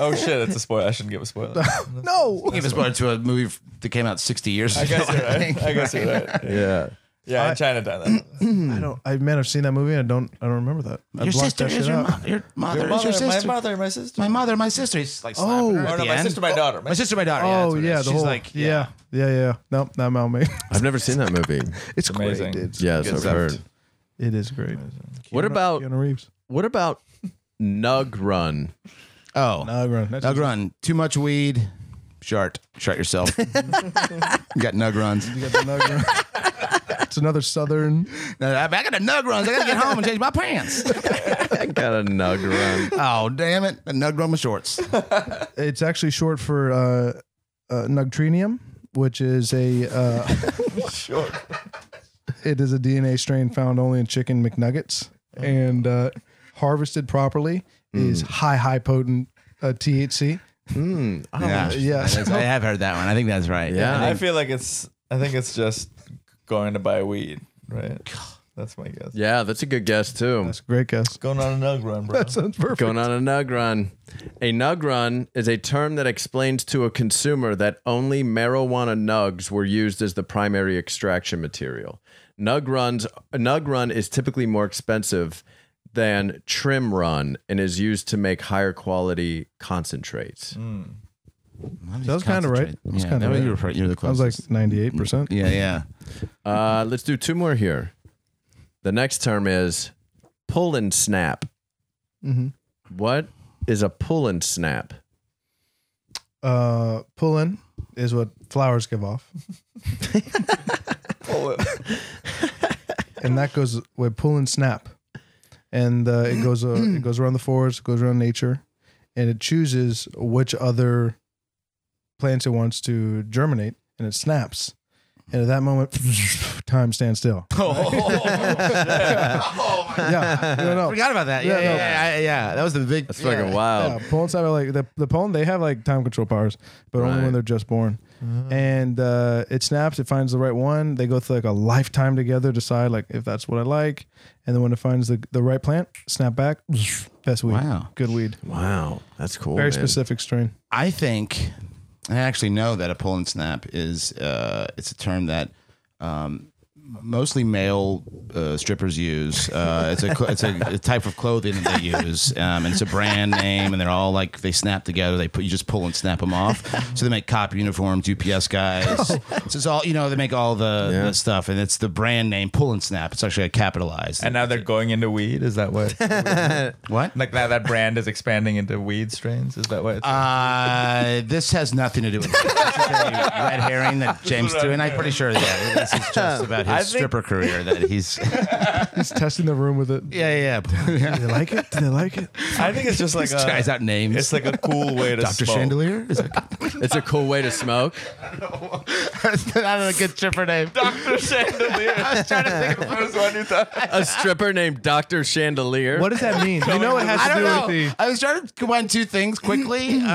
[SPEAKER 4] oh shit, it's a spoiler. I shouldn't give a spoiler.
[SPEAKER 6] No.
[SPEAKER 8] Give us brought to a movie that came out 60 years ago.
[SPEAKER 4] I guess you're right. I guess you're right.
[SPEAKER 2] Yeah.
[SPEAKER 4] Yeah, in Chinatown.
[SPEAKER 13] I don't. I man, I've seen that movie and I don't. I don't remember that. I
[SPEAKER 8] Your
[SPEAKER 13] blocked
[SPEAKER 8] sister
[SPEAKER 13] that
[SPEAKER 8] is
[SPEAKER 13] shit
[SPEAKER 8] your
[SPEAKER 13] out.
[SPEAKER 8] mother. Your mother,
[SPEAKER 4] Your
[SPEAKER 8] is your
[SPEAKER 4] mother, my
[SPEAKER 8] sister.
[SPEAKER 4] mother, my sister.
[SPEAKER 8] My mother, my sister. He's like,
[SPEAKER 13] Oh.
[SPEAKER 8] slapping her
[SPEAKER 13] Oh,
[SPEAKER 8] at
[SPEAKER 13] no,
[SPEAKER 8] the
[SPEAKER 4] my
[SPEAKER 8] end.
[SPEAKER 4] sister, my daughter.
[SPEAKER 8] My sister, my daughter.
[SPEAKER 13] Oh
[SPEAKER 8] yeah,
[SPEAKER 13] yeah,
[SPEAKER 8] that's what it is. She's
[SPEAKER 13] the whole.
[SPEAKER 8] like,
[SPEAKER 13] yeah, yeah, yeah, yeah. Nope, not about me.
[SPEAKER 2] I've never seen that movie.
[SPEAKER 13] It's
[SPEAKER 4] amazing.
[SPEAKER 13] great. It's
[SPEAKER 2] Yes,
[SPEAKER 13] good
[SPEAKER 2] I've
[SPEAKER 13] stuff.
[SPEAKER 2] heard.
[SPEAKER 13] It is great.
[SPEAKER 2] What
[SPEAKER 13] Keanu-
[SPEAKER 2] about
[SPEAKER 13] Keanu Reeves?
[SPEAKER 2] what about Nug Run?
[SPEAKER 8] oh,
[SPEAKER 13] Nug run. That's
[SPEAKER 8] nug run. Too much weed. Shart. Shart yourself. you got nug runs.
[SPEAKER 13] You got the nug run. it's another southern.
[SPEAKER 8] No, I I got a nug runs. I gotta get home and change my pants.
[SPEAKER 2] I got a Nug Run.
[SPEAKER 8] oh damn it! A nug run with shorts.
[SPEAKER 13] It's actually short for uh, uh, nugtrinium, which is a uh,
[SPEAKER 4] Sure.
[SPEAKER 13] it is a DNA strain found only in chicken McNuggets, and uh, harvested properly is
[SPEAKER 8] Mm.
[SPEAKER 13] high high potent uh, THC.
[SPEAKER 2] Mm. Oh,
[SPEAKER 8] Yeah.
[SPEAKER 13] Yeah.
[SPEAKER 8] That's- I have heard that one. I think that's right.
[SPEAKER 2] Yeah.
[SPEAKER 4] I feel like it's. I think it's just going to buy weed, right? That's my guess.
[SPEAKER 2] Yeah, that's a good guess too.
[SPEAKER 13] That's a great guess.
[SPEAKER 4] Going on a nug run, bro.
[SPEAKER 13] That sounds perfect.
[SPEAKER 2] Going on a nug run. A nug run is a term that explains to a consumer that only marijuana nugs were used as the primary extraction material. Nug runs a nug run is typically more expensive than trim run and is used to make higher quality concentrates.
[SPEAKER 13] Mm.
[SPEAKER 8] That
[SPEAKER 13] was kinda right. That was
[SPEAKER 8] Yeah,
[SPEAKER 13] kinda
[SPEAKER 8] that was-
[SPEAKER 13] right.
[SPEAKER 8] You were, you're the
[SPEAKER 13] I was
[SPEAKER 8] closest.
[SPEAKER 13] like ninety eight percent.
[SPEAKER 8] yeah, yeah.
[SPEAKER 2] Uh, let's do two more here. The next term is pull and snap.
[SPEAKER 13] Mm-hmm.
[SPEAKER 2] What is a pull and snap?
[SPEAKER 13] Uh, pulling is what flowers give off,
[SPEAKER 4] Pull it.
[SPEAKER 13] and that goes with pull and snap, and uh, it goes uh, it goes around the forest, it goes around nature, and it chooses which other plants it wants to germinate, and it snaps, and at that moment, time stands still. yeah, you don't know.
[SPEAKER 8] Forgot about that. Oh. Yeah,
[SPEAKER 13] Yeah,
[SPEAKER 8] yeah,
[SPEAKER 13] no.
[SPEAKER 8] yeah, yeah, yeah. That was the big.
[SPEAKER 2] That's fucking wild.
[SPEAKER 13] Yeah, pollen sap Uh, are like the, the pollen. They have like time control powers, but only
[SPEAKER 2] Right.
[SPEAKER 13] when they're just born. And uh, it snaps. It finds the right one. They go through like a lifetime together, decide like if that's what I like. And then when it finds the, the right plant, snap back. Best weed.
[SPEAKER 8] Wow.
[SPEAKER 13] Good weed.
[SPEAKER 2] Wow, that's cool.
[SPEAKER 13] Very
[SPEAKER 2] man.
[SPEAKER 13] specific strain.
[SPEAKER 8] I think I actually know that a pull and snap is uh, it's a term that um, mostly male uh, strippers use. Uh, it's a cl- it's a, a type of clothing that they use, um, and it's a brand name. And they're all like they snap together. They put you just pull and snap them off. So they make cop uniforms, UPS guys. so it's all you know. They make all the, the stuff, and it's the brand name pull and snap. It's actually a capitalized.
[SPEAKER 4] And now they're going into weed. Is that what?
[SPEAKER 8] what?
[SPEAKER 4] like now that brand is expanding into weed strains. Is that what? It's
[SPEAKER 8] Uh, this has nothing to do with this. is a red herring that James threw, and I'm pretty sure yeah, this is just about his stripper career that he's yeah
[SPEAKER 13] He's testing the room with it.
[SPEAKER 8] yeah. yeah.
[SPEAKER 13] Do they like it? Do they like it?
[SPEAKER 4] I think it's just like uh,
[SPEAKER 8] This guy's out names.
[SPEAKER 4] It's like a cool way to
[SPEAKER 8] Doctor
[SPEAKER 4] smoke.
[SPEAKER 8] Chandelier is that
[SPEAKER 2] It's a cool way to smoke.
[SPEAKER 8] not a good stripper name.
[SPEAKER 4] Doctor Chandelier. I was trying to think of the first one you thought.
[SPEAKER 2] A stripper named Dr. Chandelier.
[SPEAKER 13] What does that mean? you know it has
[SPEAKER 8] I
[SPEAKER 13] to do
[SPEAKER 8] don't know.
[SPEAKER 13] with
[SPEAKER 8] I was trying to combine two things quickly. Uh,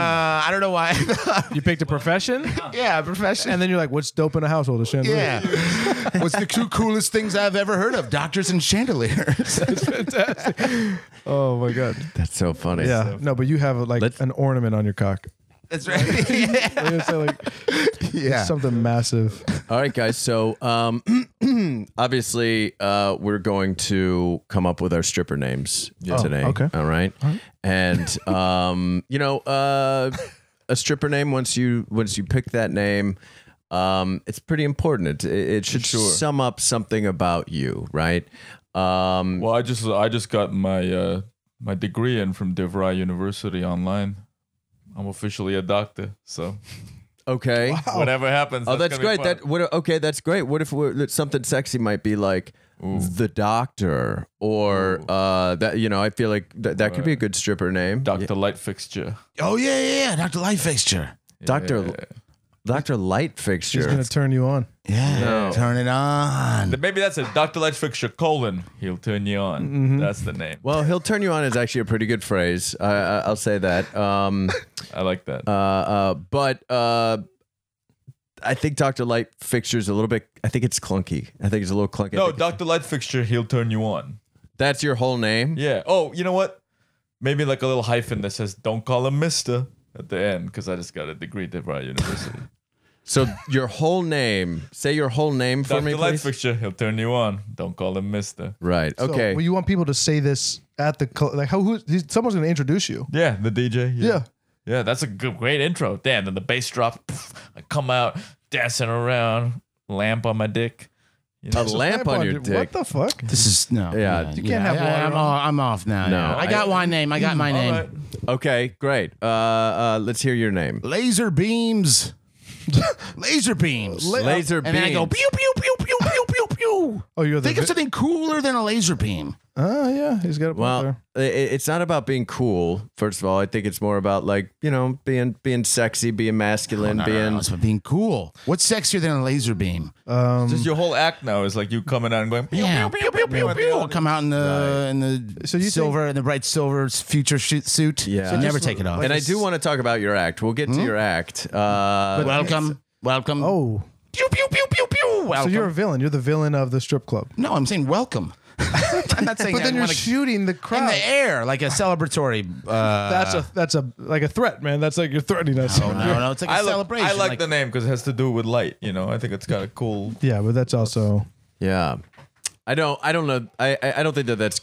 [SPEAKER 8] I don't know why.
[SPEAKER 13] the. You picked a profession,
[SPEAKER 8] yeah, profession.
[SPEAKER 13] and then you're like, "What's dope in a household?" A chandelier.
[SPEAKER 8] Yeah. What's the two coolest things I've ever heard of? Doctors and chandeliers.
[SPEAKER 13] Oh my god.
[SPEAKER 2] That's so funny.
[SPEAKER 13] Yeah. no, but you have like
[SPEAKER 2] Let's-
[SPEAKER 13] an ornament on your cock.
[SPEAKER 8] That's right. yeah.
[SPEAKER 13] I was gonna say, like,
[SPEAKER 8] yeah.
[SPEAKER 13] something massive.
[SPEAKER 2] All right, guys. So, um, obviously, uh, we're going to come up with our stripper names today.
[SPEAKER 13] Oh, okay.
[SPEAKER 2] All right. And um, you know, uh, a stripper name. Once you once you pick that name, um, it's pretty important. It, it should sum up something about you, right? Um,
[SPEAKER 4] Well, I just I just got my uh, my degree in from DeVry University online. I'm officially a doctor, so
[SPEAKER 2] okay.
[SPEAKER 4] whatever happens.
[SPEAKER 2] Oh, that's,
[SPEAKER 4] gonna be
[SPEAKER 2] great.
[SPEAKER 4] fun.
[SPEAKER 2] That what? Okay, that's great. What if we're, that something sexy might be like the doctor, or uh, that you know? I feel like th- that could be a good stripper name.
[SPEAKER 4] Doctor Light Fixture.
[SPEAKER 8] Oh yeah, yeah, yeah. Doctor Light Fixture.
[SPEAKER 2] Doctor, Doctor Light
[SPEAKER 13] He's
[SPEAKER 2] Fixture.
[SPEAKER 13] gonna turn you on.
[SPEAKER 8] Yeah.
[SPEAKER 2] No.
[SPEAKER 8] Turn it on.
[SPEAKER 4] Th- Maybe that's it. Doctor Light Fixture colon. He'll turn you on.
[SPEAKER 2] Mm-hmm.
[SPEAKER 4] That's the name.
[SPEAKER 2] well, he'll turn you on is actually a pretty good phrase. I, I, I'll say that. Um,
[SPEAKER 4] I like that.
[SPEAKER 2] uh, uh, but uh, I think Doctor Light Fixture is a little bit. I think it's clunky. I think it's a little clunky. I
[SPEAKER 4] no,
[SPEAKER 2] think-
[SPEAKER 4] Doctor Light Fixture. He'll turn you on.
[SPEAKER 2] that's your whole name.
[SPEAKER 4] Yeah. Oh, you know what? Maybe like a little hyphen that says "Don't call him Mister" at the end because I just got a degree at DeVry University.
[SPEAKER 2] So your whole name. Say your whole name for
[SPEAKER 4] Dr.
[SPEAKER 2] me,
[SPEAKER 4] Light
[SPEAKER 2] please.
[SPEAKER 4] Fixture, he'll turn you on. Don't call him Mister.
[SPEAKER 2] Right.
[SPEAKER 13] So,
[SPEAKER 2] Okay.
[SPEAKER 13] well, you want people to say this at the cl- like how who he's- someone's going to introduce you.
[SPEAKER 4] Yeah, the DJ. Yeah.
[SPEAKER 13] Yeah.
[SPEAKER 4] Yeah, that's a good, great intro. Damn, then the bass drop. pff, I come out dancing around, lamp on my dick. You
[SPEAKER 2] A lamp on your dick.
[SPEAKER 13] What the fuck?
[SPEAKER 8] This is no.
[SPEAKER 2] Yeah.
[SPEAKER 8] yeah,
[SPEAKER 2] You
[SPEAKER 13] can't have water
[SPEAKER 8] I, am
[SPEAKER 13] on.
[SPEAKER 8] off, I'm off now.
[SPEAKER 2] No,
[SPEAKER 8] yeah. I,
[SPEAKER 2] I-
[SPEAKER 8] got one name. I got my name.
[SPEAKER 2] Okay. Great. Uh, uh, let's hear your name.
[SPEAKER 8] Laser beams. Laser beams.
[SPEAKER 2] La- Laser
[SPEAKER 8] oh, And then I go
[SPEAKER 2] beams.
[SPEAKER 8] pew pew pew pew pew pew pew.
[SPEAKER 13] Oh, you're the
[SPEAKER 8] Think of something cooler than a laser beam.
[SPEAKER 13] Oh yeah, he's got a point
[SPEAKER 2] Well,
[SPEAKER 13] there.
[SPEAKER 2] i- i- it's not about being cool. First of all, I think it's more about like you know being being sexy, being masculine,
[SPEAKER 8] Oh, No, no, no,
[SPEAKER 2] being.
[SPEAKER 8] no, it's about being cool. What's sexier than a laser beam?
[SPEAKER 13] Um,
[SPEAKER 4] Just your whole act now is like you coming out and going. pew,
[SPEAKER 8] Yeah. Pew,
[SPEAKER 4] pew,
[SPEAKER 8] pew, pew, pew. I'll come out in the in the
[SPEAKER 13] So you
[SPEAKER 8] silver in the bright silver future shoot, suit.
[SPEAKER 2] Yeah.
[SPEAKER 8] So never take it off.
[SPEAKER 2] and I do want to talk about your act. We'll
[SPEAKER 8] Hmm?
[SPEAKER 2] get to your act. Uh,
[SPEAKER 8] welcome, welcome.
[SPEAKER 13] Oh,
[SPEAKER 8] Pew pew pew pew pew. Welcome.
[SPEAKER 13] so you're a villain. You're the villain of the strip club.
[SPEAKER 8] no, I'm saying welcome. I'm not saying.
[SPEAKER 13] But
[SPEAKER 8] I
[SPEAKER 13] then you're
[SPEAKER 8] wanna-
[SPEAKER 13] shooting the
[SPEAKER 8] in
[SPEAKER 13] crowd.
[SPEAKER 8] the air like a celebratory. Uh, oh,
[SPEAKER 13] that's a that's a like a threat, man. That's like you're threatening us.
[SPEAKER 8] no, no, no. It's like a
[SPEAKER 4] I like,
[SPEAKER 8] celebration.
[SPEAKER 4] I like, the name because it has to do with light. You know, I think it's got a cool.
[SPEAKER 13] Yeah, but that's also
[SPEAKER 2] Yeah, I don't. I don't know. I. I I don't think that that's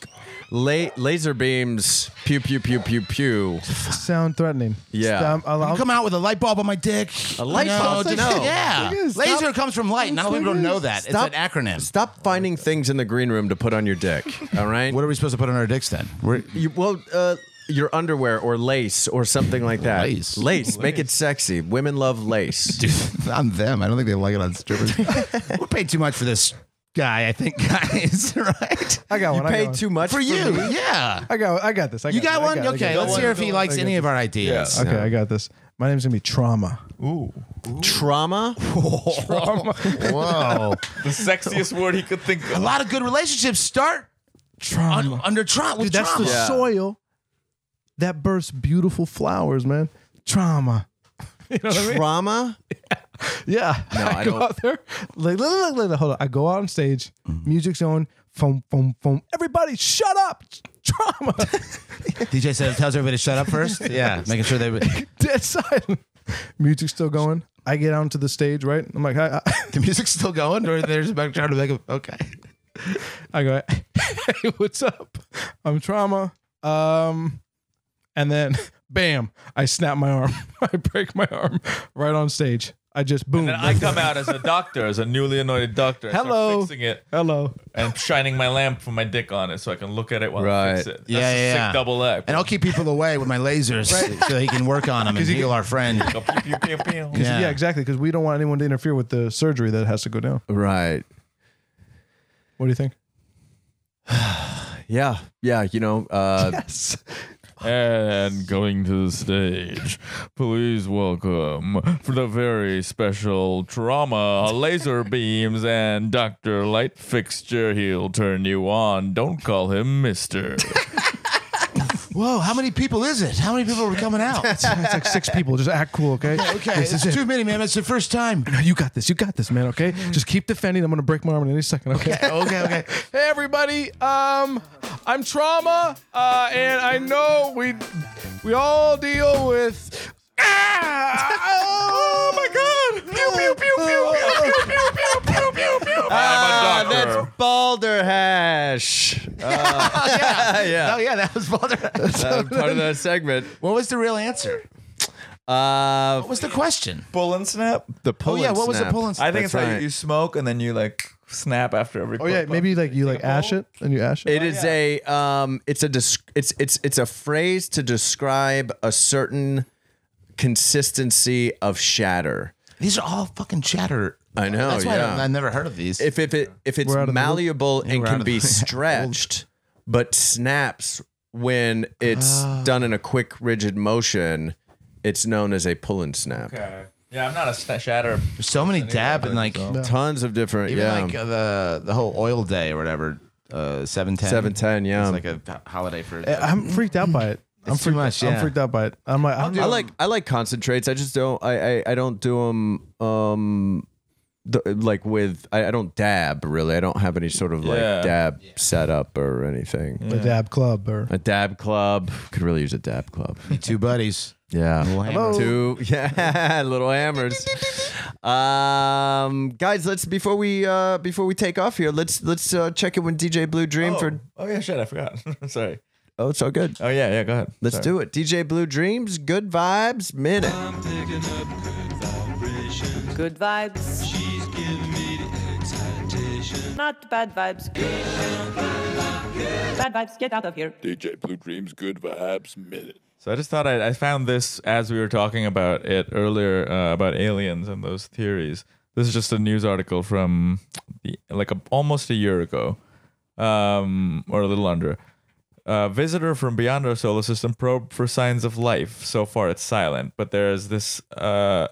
[SPEAKER 2] la- laser beams. Pew pew pew pew pew.
[SPEAKER 13] sound threatening.
[SPEAKER 2] Yeah.
[SPEAKER 13] Stop- I'll-
[SPEAKER 8] You
[SPEAKER 13] I'll-
[SPEAKER 8] come out with a light bulb on my dick.
[SPEAKER 2] A light
[SPEAKER 8] No,
[SPEAKER 2] bulb?
[SPEAKER 8] just-
[SPEAKER 2] No.
[SPEAKER 8] Yeah.
[SPEAKER 13] Nigga,
[SPEAKER 8] Laser
[SPEAKER 13] stop.
[SPEAKER 8] comes from light. Not a lot of people
[SPEAKER 13] Nigga,
[SPEAKER 8] know that.
[SPEAKER 2] stop.
[SPEAKER 8] It's an acronym.
[SPEAKER 2] Stop finding things in the green room to put on your dick. All right.
[SPEAKER 8] What are we supposed to put on our dicks then? We're,
[SPEAKER 2] You, well, uh, your underwear or lace or something like that.
[SPEAKER 8] Lace.
[SPEAKER 2] Lace. Make it sexy. Women love lace.
[SPEAKER 8] on them. I don't think they like it on strippers. we paid too much for this guy, I think, guys, right?
[SPEAKER 13] I got
[SPEAKER 2] you
[SPEAKER 13] one. I got
[SPEAKER 2] paid
[SPEAKER 13] one.
[SPEAKER 2] too much
[SPEAKER 8] For you. Yeah.
[SPEAKER 13] I got I got this. I
[SPEAKER 8] You got
[SPEAKER 13] this, I
[SPEAKER 8] one?
[SPEAKER 13] it, I
[SPEAKER 8] Okay,
[SPEAKER 13] it.
[SPEAKER 8] let's hear if he likes
[SPEAKER 13] I got
[SPEAKER 8] any of
[SPEAKER 13] this.
[SPEAKER 8] our ideas.
[SPEAKER 13] Okay, I got this. My name's gonna be Trauma.
[SPEAKER 4] Ooh,
[SPEAKER 2] Trauma.
[SPEAKER 8] Whoa.
[SPEAKER 4] the sexiest word he could think
[SPEAKER 8] A
[SPEAKER 4] of.
[SPEAKER 8] lot of good relationships start
[SPEAKER 13] Trauma.
[SPEAKER 8] un- under Trump.
[SPEAKER 13] Dude,
[SPEAKER 8] With
[SPEAKER 13] that's
[SPEAKER 8] trauma.
[SPEAKER 13] the soil that bursts beautiful flowers, man. Trauma.
[SPEAKER 2] Trauma.
[SPEAKER 13] Yeah. No,
[SPEAKER 2] I
[SPEAKER 13] go
[SPEAKER 2] don't-
[SPEAKER 13] out there. Like, look, look, look, look, hold on. I go out on stage, music's on, phone, phone, phone. Everybody, shut up. Trauma.
[SPEAKER 8] DJ says, tells everybody to shut up first. Yeah. Making sure they. The
[SPEAKER 13] Dead silent. Music's still going. I get onto the stage, right? I'm like, hi, I,
[SPEAKER 8] music's still going, or there's about trying to make a. Okay.
[SPEAKER 13] I go, hey, what's up? I'm trauma. Um, and then bam, I snap my arm. I break my arm right on stage. I just boom.
[SPEAKER 4] And I come out as a doctor, as a newly anointed doctor. I start
[SPEAKER 13] Hello.
[SPEAKER 4] fixing it
[SPEAKER 13] Hello.
[SPEAKER 4] and shining my lamp from my dick on it so I can look at it while I fix
[SPEAKER 2] Right.
[SPEAKER 4] it. That's
[SPEAKER 8] Yeah,
[SPEAKER 4] a
[SPEAKER 8] yeah,
[SPEAKER 4] sick
[SPEAKER 8] yeah.
[SPEAKER 4] double act.
[SPEAKER 8] And I'll keep people away with my lasers so he can work on them and heal our friend.
[SPEAKER 4] Pew, pew, pew, pew.
[SPEAKER 13] Yeah,
[SPEAKER 8] Yeah.
[SPEAKER 13] exactly. Because we don't want anyone to interfere with the surgery that has to go down.
[SPEAKER 2] Right.
[SPEAKER 13] What do you think?
[SPEAKER 2] Yeah. Yeah. You know. Uh,
[SPEAKER 13] Yes.
[SPEAKER 4] And going to the stage, please welcome for the very special trauma laser beams and Dr. Light Fixture. He'll turn you on. Don't call him Mister.
[SPEAKER 8] Whoa, how many people is it? How many people are coming out?
[SPEAKER 13] it's like six people. Just act cool, okay?
[SPEAKER 8] Okay,
[SPEAKER 13] This
[SPEAKER 8] it's
[SPEAKER 13] is it.
[SPEAKER 8] too many, man. It's the first time.
[SPEAKER 13] No, you got this. You got this, man. Okay, just keep defending. I'm gonna break my arm in any second. Mm. Okay.
[SPEAKER 8] Okay, okay.
[SPEAKER 13] Hey everybody, um, I'm trauma, uh, and I know we we all deal with. Ah! Oh my god! Pew pew pew pew pew pew pew pew pew pew.
[SPEAKER 2] ah,
[SPEAKER 4] I'm a doctor.
[SPEAKER 2] that's Balder Hash. yeah.
[SPEAKER 8] Oh yeah, that was bothering.
[SPEAKER 2] Uh, part of that segment.
[SPEAKER 8] what was the real answer?
[SPEAKER 2] Uh,
[SPEAKER 8] What was the question?
[SPEAKER 4] Pull and snap.
[SPEAKER 2] the pull.
[SPEAKER 8] Oh yeah,
[SPEAKER 2] and
[SPEAKER 8] what was the
[SPEAKER 2] snap.
[SPEAKER 8] pull and
[SPEAKER 4] I think
[SPEAKER 2] That's
[SPEAKER 4] it's how
[SPEAKER 2] right.
[SPEAKER 4] you smoke and then you like snap after every.
[SPEAKER 13] Oh yeah, maybe like you like ash it and you ash it.
[SPEAKER 2] It is a um, it's a dis- it's it's it's a phrase to describe a certain consistency of shatter.
[SPEAKER 8] These are all fucking chatter.
[SPEAKER 2] I know,
[SPEAKER 8] That's why I
[SPEAKER 2] yeah.
[SPEAKER 8] don't- I, never heard of these.
[SPEAKER 2] If if it if it's
[SPEAKER 13] We're out of the loop.
[SPEAKER 2] malleable and
[SPEAKER 8] we're out
[SPEAKER 2] can
[SPEAKER 8] of the-
[SPEAKER 2] be stretched, but snaps when it's
[SPEAKER 13] Ah.
[SPEAKER 2] done in a quick rigid motion, it's known as a pull and snap.
[SPEAKER 4] Yeah, I'm not a sna- shatter.
[SPEAKER 8] There's so many dab and like
[SPEAKER 2] Tons of different,
[SPEAKER 8] even
[SPEAKER 2] yeah.
[SPEAKER 8] like uh, the the whole oil day or whatever. Uh, seven ten.
[SPEAKER 2] 710, yeah. Uh,
[SPEAKER 8] It's like a ho- holiday for.
[SPEAKER 13] I'm freaked out by it. I'm
[SPEAKER 8] It's too
[SPEAKER 13] freaked,
[SPEAKER 8] much,
[SPEAKER 13] I'm
[SPEAKER 8] yeah.
[SPEAKER 13] freaked out by it. I'm like, I'm
[SPEAKER 2] I like I like concentrates. I just don't I I, I don't do them um the, like with I, I don't dab really. I don't have any sort of like
[SPEAKER 4] Yeah.
[SPEAKER 2] dab setup or anything.
[SPEAKER 13] the dab club or
[SPEAKER 2] A dab club could really use a dab club.
[SPEAKER 8] two buddies.
[SPEAKER 2] Yeah.
[SPEAKER 8] Little hammers.
[SPEAKER 2] Two yeah, little hammers. Um, guys, let's before we uh before we take off here, let's let's uh, check in with DJ Blue Dream
[SPEAKER 4] oh.
[SPEAKER 2] for.
[SPEAKER 4] oh yeah, shit, I forgot. Sorry.
[SPEAKER 2] Oh, it's all good.
[SPEAKER 4] Oh yeah, yeah. Go ahead.
[SPEAKER 2] Let's
[SPEAKER 4] Sorry.
[SPEAKER 2] do it. DJ Blue Dreams, good vibes minute.
[SPEAKER 7] Good vibes. She's giving me the excitation. Not bad vibes. Bad vibes, get out of here.
[SPEAKER 14] DJ Blue Dreams, good vibes, minute.
[SPEAKER 4] So I just thought I'd, I found this as we were talking about it earlier uh, about aliens and those theories. This is just a news article from the, like a, almost a year ago, um, or a little under. A visitor from beyond our solar system probe for signs of life. So far, it's silent, but there's this. Uh,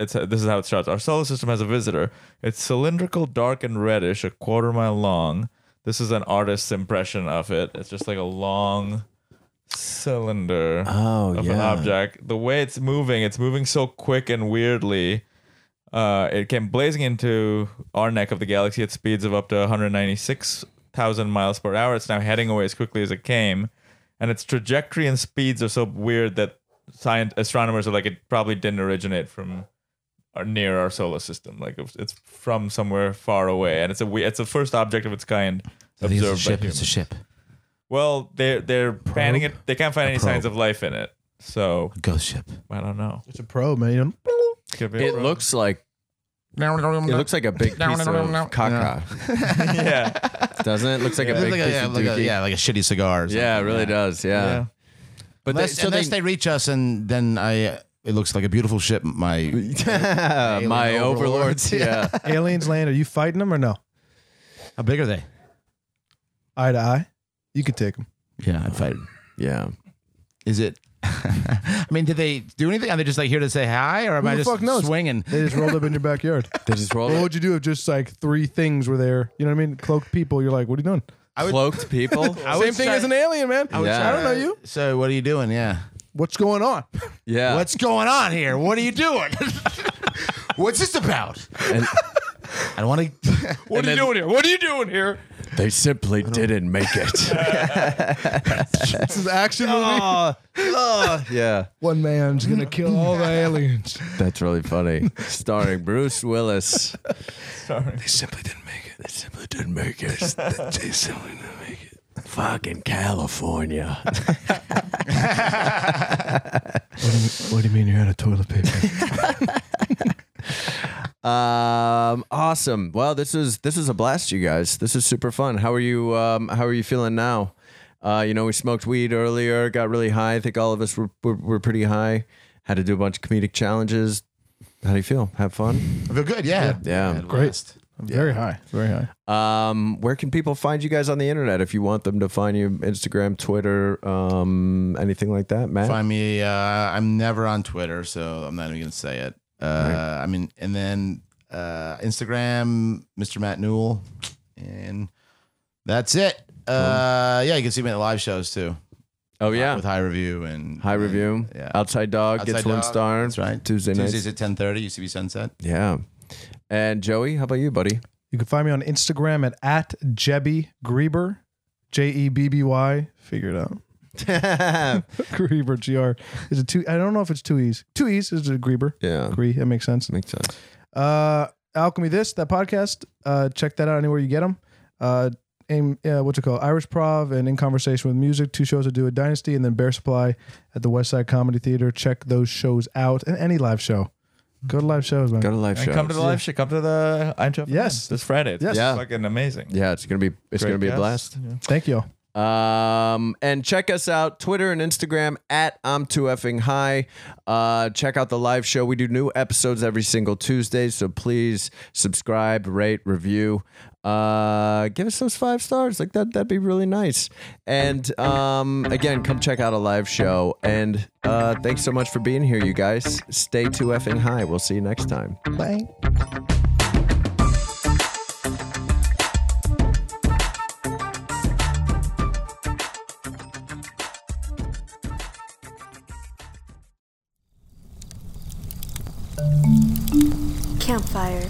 [SPEAKER 4] it's this is how it starts. Our solar system has a visitor. It's cylindrical, dark, and reddish, a quarter mile long. This is an artist's impression of it. It's just like a long cylinder
[SPEAKER 2] Oh,
[SPEAKER 4] of an
[SPEAKER 2] yeah.
[SPEAKER 4] object. The way it's moving, it's moving so quick and weirdly. Uh, it came blazing into our neck of the galaxy at speeds of up to 196,000 miles per hour. It's now heading away as quickly as it came, and its trajectory and speeds are so weird that science astronomers are like it probably didn't originate from or near our solar system. Like it's- it's from somewhere far away, and it's a we- it's the first object of its kind
[SPEAKER 15] I think
[SPEAKER 4] observed
[SPEAKER 15] it's a
[SPEAKER 4] by
[SPEAKER 15] ship.
[SPEAKER 4] humans.
[SPEAKER 15] It's a ship.
[SPEAKER 4] Well, they're they're banning it. They can't find
[SPEAKER 15] A
[SPEAKER 4] any signs
[SPEAKER 15] probe.
[SPEAKER 4] of life in it. So
[SPEAKER 15] ghost ship.
[SPEAKER 4] I don't know.
[SPEAKER 13] It's a probe, man. You know,
[SPEAKER 4] Could be a
[SPEAKER 2] It
[SPEAKER 4] probe.
[SPEAKER 2] looks like it looks like a big piece of caca,
[SPEAKER 4] yeah.
[SPEAKER 2] doesn't it? Looks like
[SPEAKER 8] Yeah.
[SPEAKER 2] a big
[SPEAKER 8] Like a-
[SPEAKER 2] piece
[SPEAKER 8] yeah,
[SPEAKER 2] of
[SPEAKER 8] like a-
[SPEAKER 2] dookie.
[SPEAKER 8] yeah, like a shitty cigar. or
[SPEAKER 2] Yeah, it
[SPEAKER 8] something.
[SPEAKER 2] really does. Yeah.
[SPEAKER 4] Yeah.
[SPEAKER 2] But they-
[SPEAKER 8] unless,
[SPEAKER 2] so
[SPEAKER 8] unless
[SPEAKER 2] they-
[SPEAKER 8] they, reach us and then I, it looks like a beautiful ship. My
[SPEAKER 2] Yeah, my overlords. Yeah.
[SPEAKER 13] aliens land. Are you fighting them or no?
[SPEAKER 8] how big are they?
[SPEAKER 13] Eye to eye, you could take them.
[SPEAKER 8] Yeah, I'd fight.
[SPEAKER 2] Yeah.
[SPEAKER 8] Is it? I mean, did they do anything? Are they just like here to say hi, or am
[SPEAKER 13] Who
[SPEAKER 8] I
[SPEAKER 13] the
[SPEAKER 8] just
[SPEAKER 13] fuck knows?
[SPEAKER 8] swinging?
[SPEAKER 13] They just rolled up in your backyard.
[SPEAKER 2] They just roll
[SPEAKER 13] What would you do if just like three things were there? You know what I mean? Cloaked people. You're like, what are you doing?
[SPEAKER 2] cloaked people.
[SPEAKER 8] I would
[SPEAKER 13] Same thing
[SPEAKER 8] try-
[SPEAKER 13] as an alien, man.
[SPEAKER 8] would
[SPEAKER 2] Yeah.
[SPEAKER 13] I don't know you.
[SPEAKER 8] Uh, So what are you doing? Yeah.
[SPEAKER 13] What's going on?
[SPEAKER 2] Yeah.
[SPEAKER 8] What's going on here? What are you doing? What's this about?
[SPEAKER 2] And
[SPEAKER 8] I don't want to.
[SPEAKER 2] What are you doing here? What are you doing here? They simply didn't make it.
[SPEAKER 13] This is an action movie.
[SPEAKER 2] Oh, yeah.
[SPEAKER 13] One man's gonna kill all the aliens.
[SPEAKER 2] That's really funny. Starring Bruce Willis.
[SPEAKER 4] Sorry.
[SPEAKER 2] They simply didn't make it. They simply didn't make it. They simply didn't make it. Fucking California.
[SPEAKER 13] What do you mean you're out of toilet paper?
[SPEAKER 2] Um, awesome. Well, this is this is a blast, you guys. This is super fun. How are you? Um, how are you feeling now? Uh, you know, we smoked weed earlier, got really high. I think all of us were, were, were pretty high. Had to do a bunch of comedic challenges. How do you feel? Have fun?
[SPEAKER 8] I feel good. Yeah.
[SPEAKER 2] Yeah.
[SPEAKER 8] Great.
[SPEAKER 13] Very high. Very high.
[SPEAKER 2] Um, where can people find you guys on the internet if you want them to find you? Instagram, Twitter, um, anything like that, Matt?
[SPEAKER 8] Find me. Uh, I'm never on Twitter, so I'm not even gonna say it. Uh, I mean, and then uh, Instagram, Mr. Matt Newell, and that's it. Uh, yeah, you can see me at live shows too.
[SPEAKER 2] Oh, yeah.
[SPEAKER 8] with High Review and
[SPEAKER 2] High review.
[SPEAKER 8] Yeah.
[SPEAKER 2] Outside Dog
[SPEAKER 8] Outside
[SPEAKER 2] gets one
[SPEAKER 8] Dog,
[SPEAKER 2] star.
[SPEAKER 8] That's right.
[SPEAKER 2] Tuesday nights.
[SPEAKER 8] Tuesdays at 10:30 UCB Sunset.
[SPEAKER 2] Yeah. And Joey, how about you, buddy?
[SPEAKER 13] You can find me on Instagram at, at Jebby Grieber, J E B B Y. Figure it out.
[SPEAKER 2] yeah.
[SPEAKER 13] Grieber, G R. Is it two? I don't know if it's two E's. Two E's is it Grieber. Gree. That makes sense.
[SPEAKER 2] Makes sense.
[SPEAKER 13] Uh, Alchemy, this that podcast. Uh, check that out anywhere you get them. Uh, aim, uh, what's it called? Irish Prov and in conversation with music. Two shows I do at Dynasty, and then Bear Supply at the West Side Comedy Theater. Check those shows out, and any live show. Go to live shows, man.
[SPEAKER 2] Go to live
[SPEAKER 4] And
[SPEAKER 2] show.
[SPEAKER 4] come to the live show. Come to the Eintracht.
[SPEAKER 13] Yes.
[SPEAKER 4] Arena this Friday. It's
[SPEAKER 13] Yes.
[SPEAKER 2] Yeah.
[SPEAKER 4] fucking amazing.
[SPEAKER 2] yeah, it's gonna be it's
[SPEAKER 4] Great
[SPEAKER 2] gonna be a
[SPEAKER 4] guests.
[SPEAKER 2] blast.
[SPEAKER 4] Yeah.
[SPEAKER 13] Thank you. all.
[SPEAKER 2] Um, and check us out Twitter and Instagram at I'm Too Effing High. Uh, check out the live show. We do new episodes every single Tuesday, so please subscribe, rate, review. Uh, give us those five stars. Like that, that'd be really nice. And um, again, come check out a live show. And uh, thanks so much for being here, you guys. Stay too effing high. We'll see you next time.
[SPEAKER 13] Bye.
[SPEAKER 1] Campfire.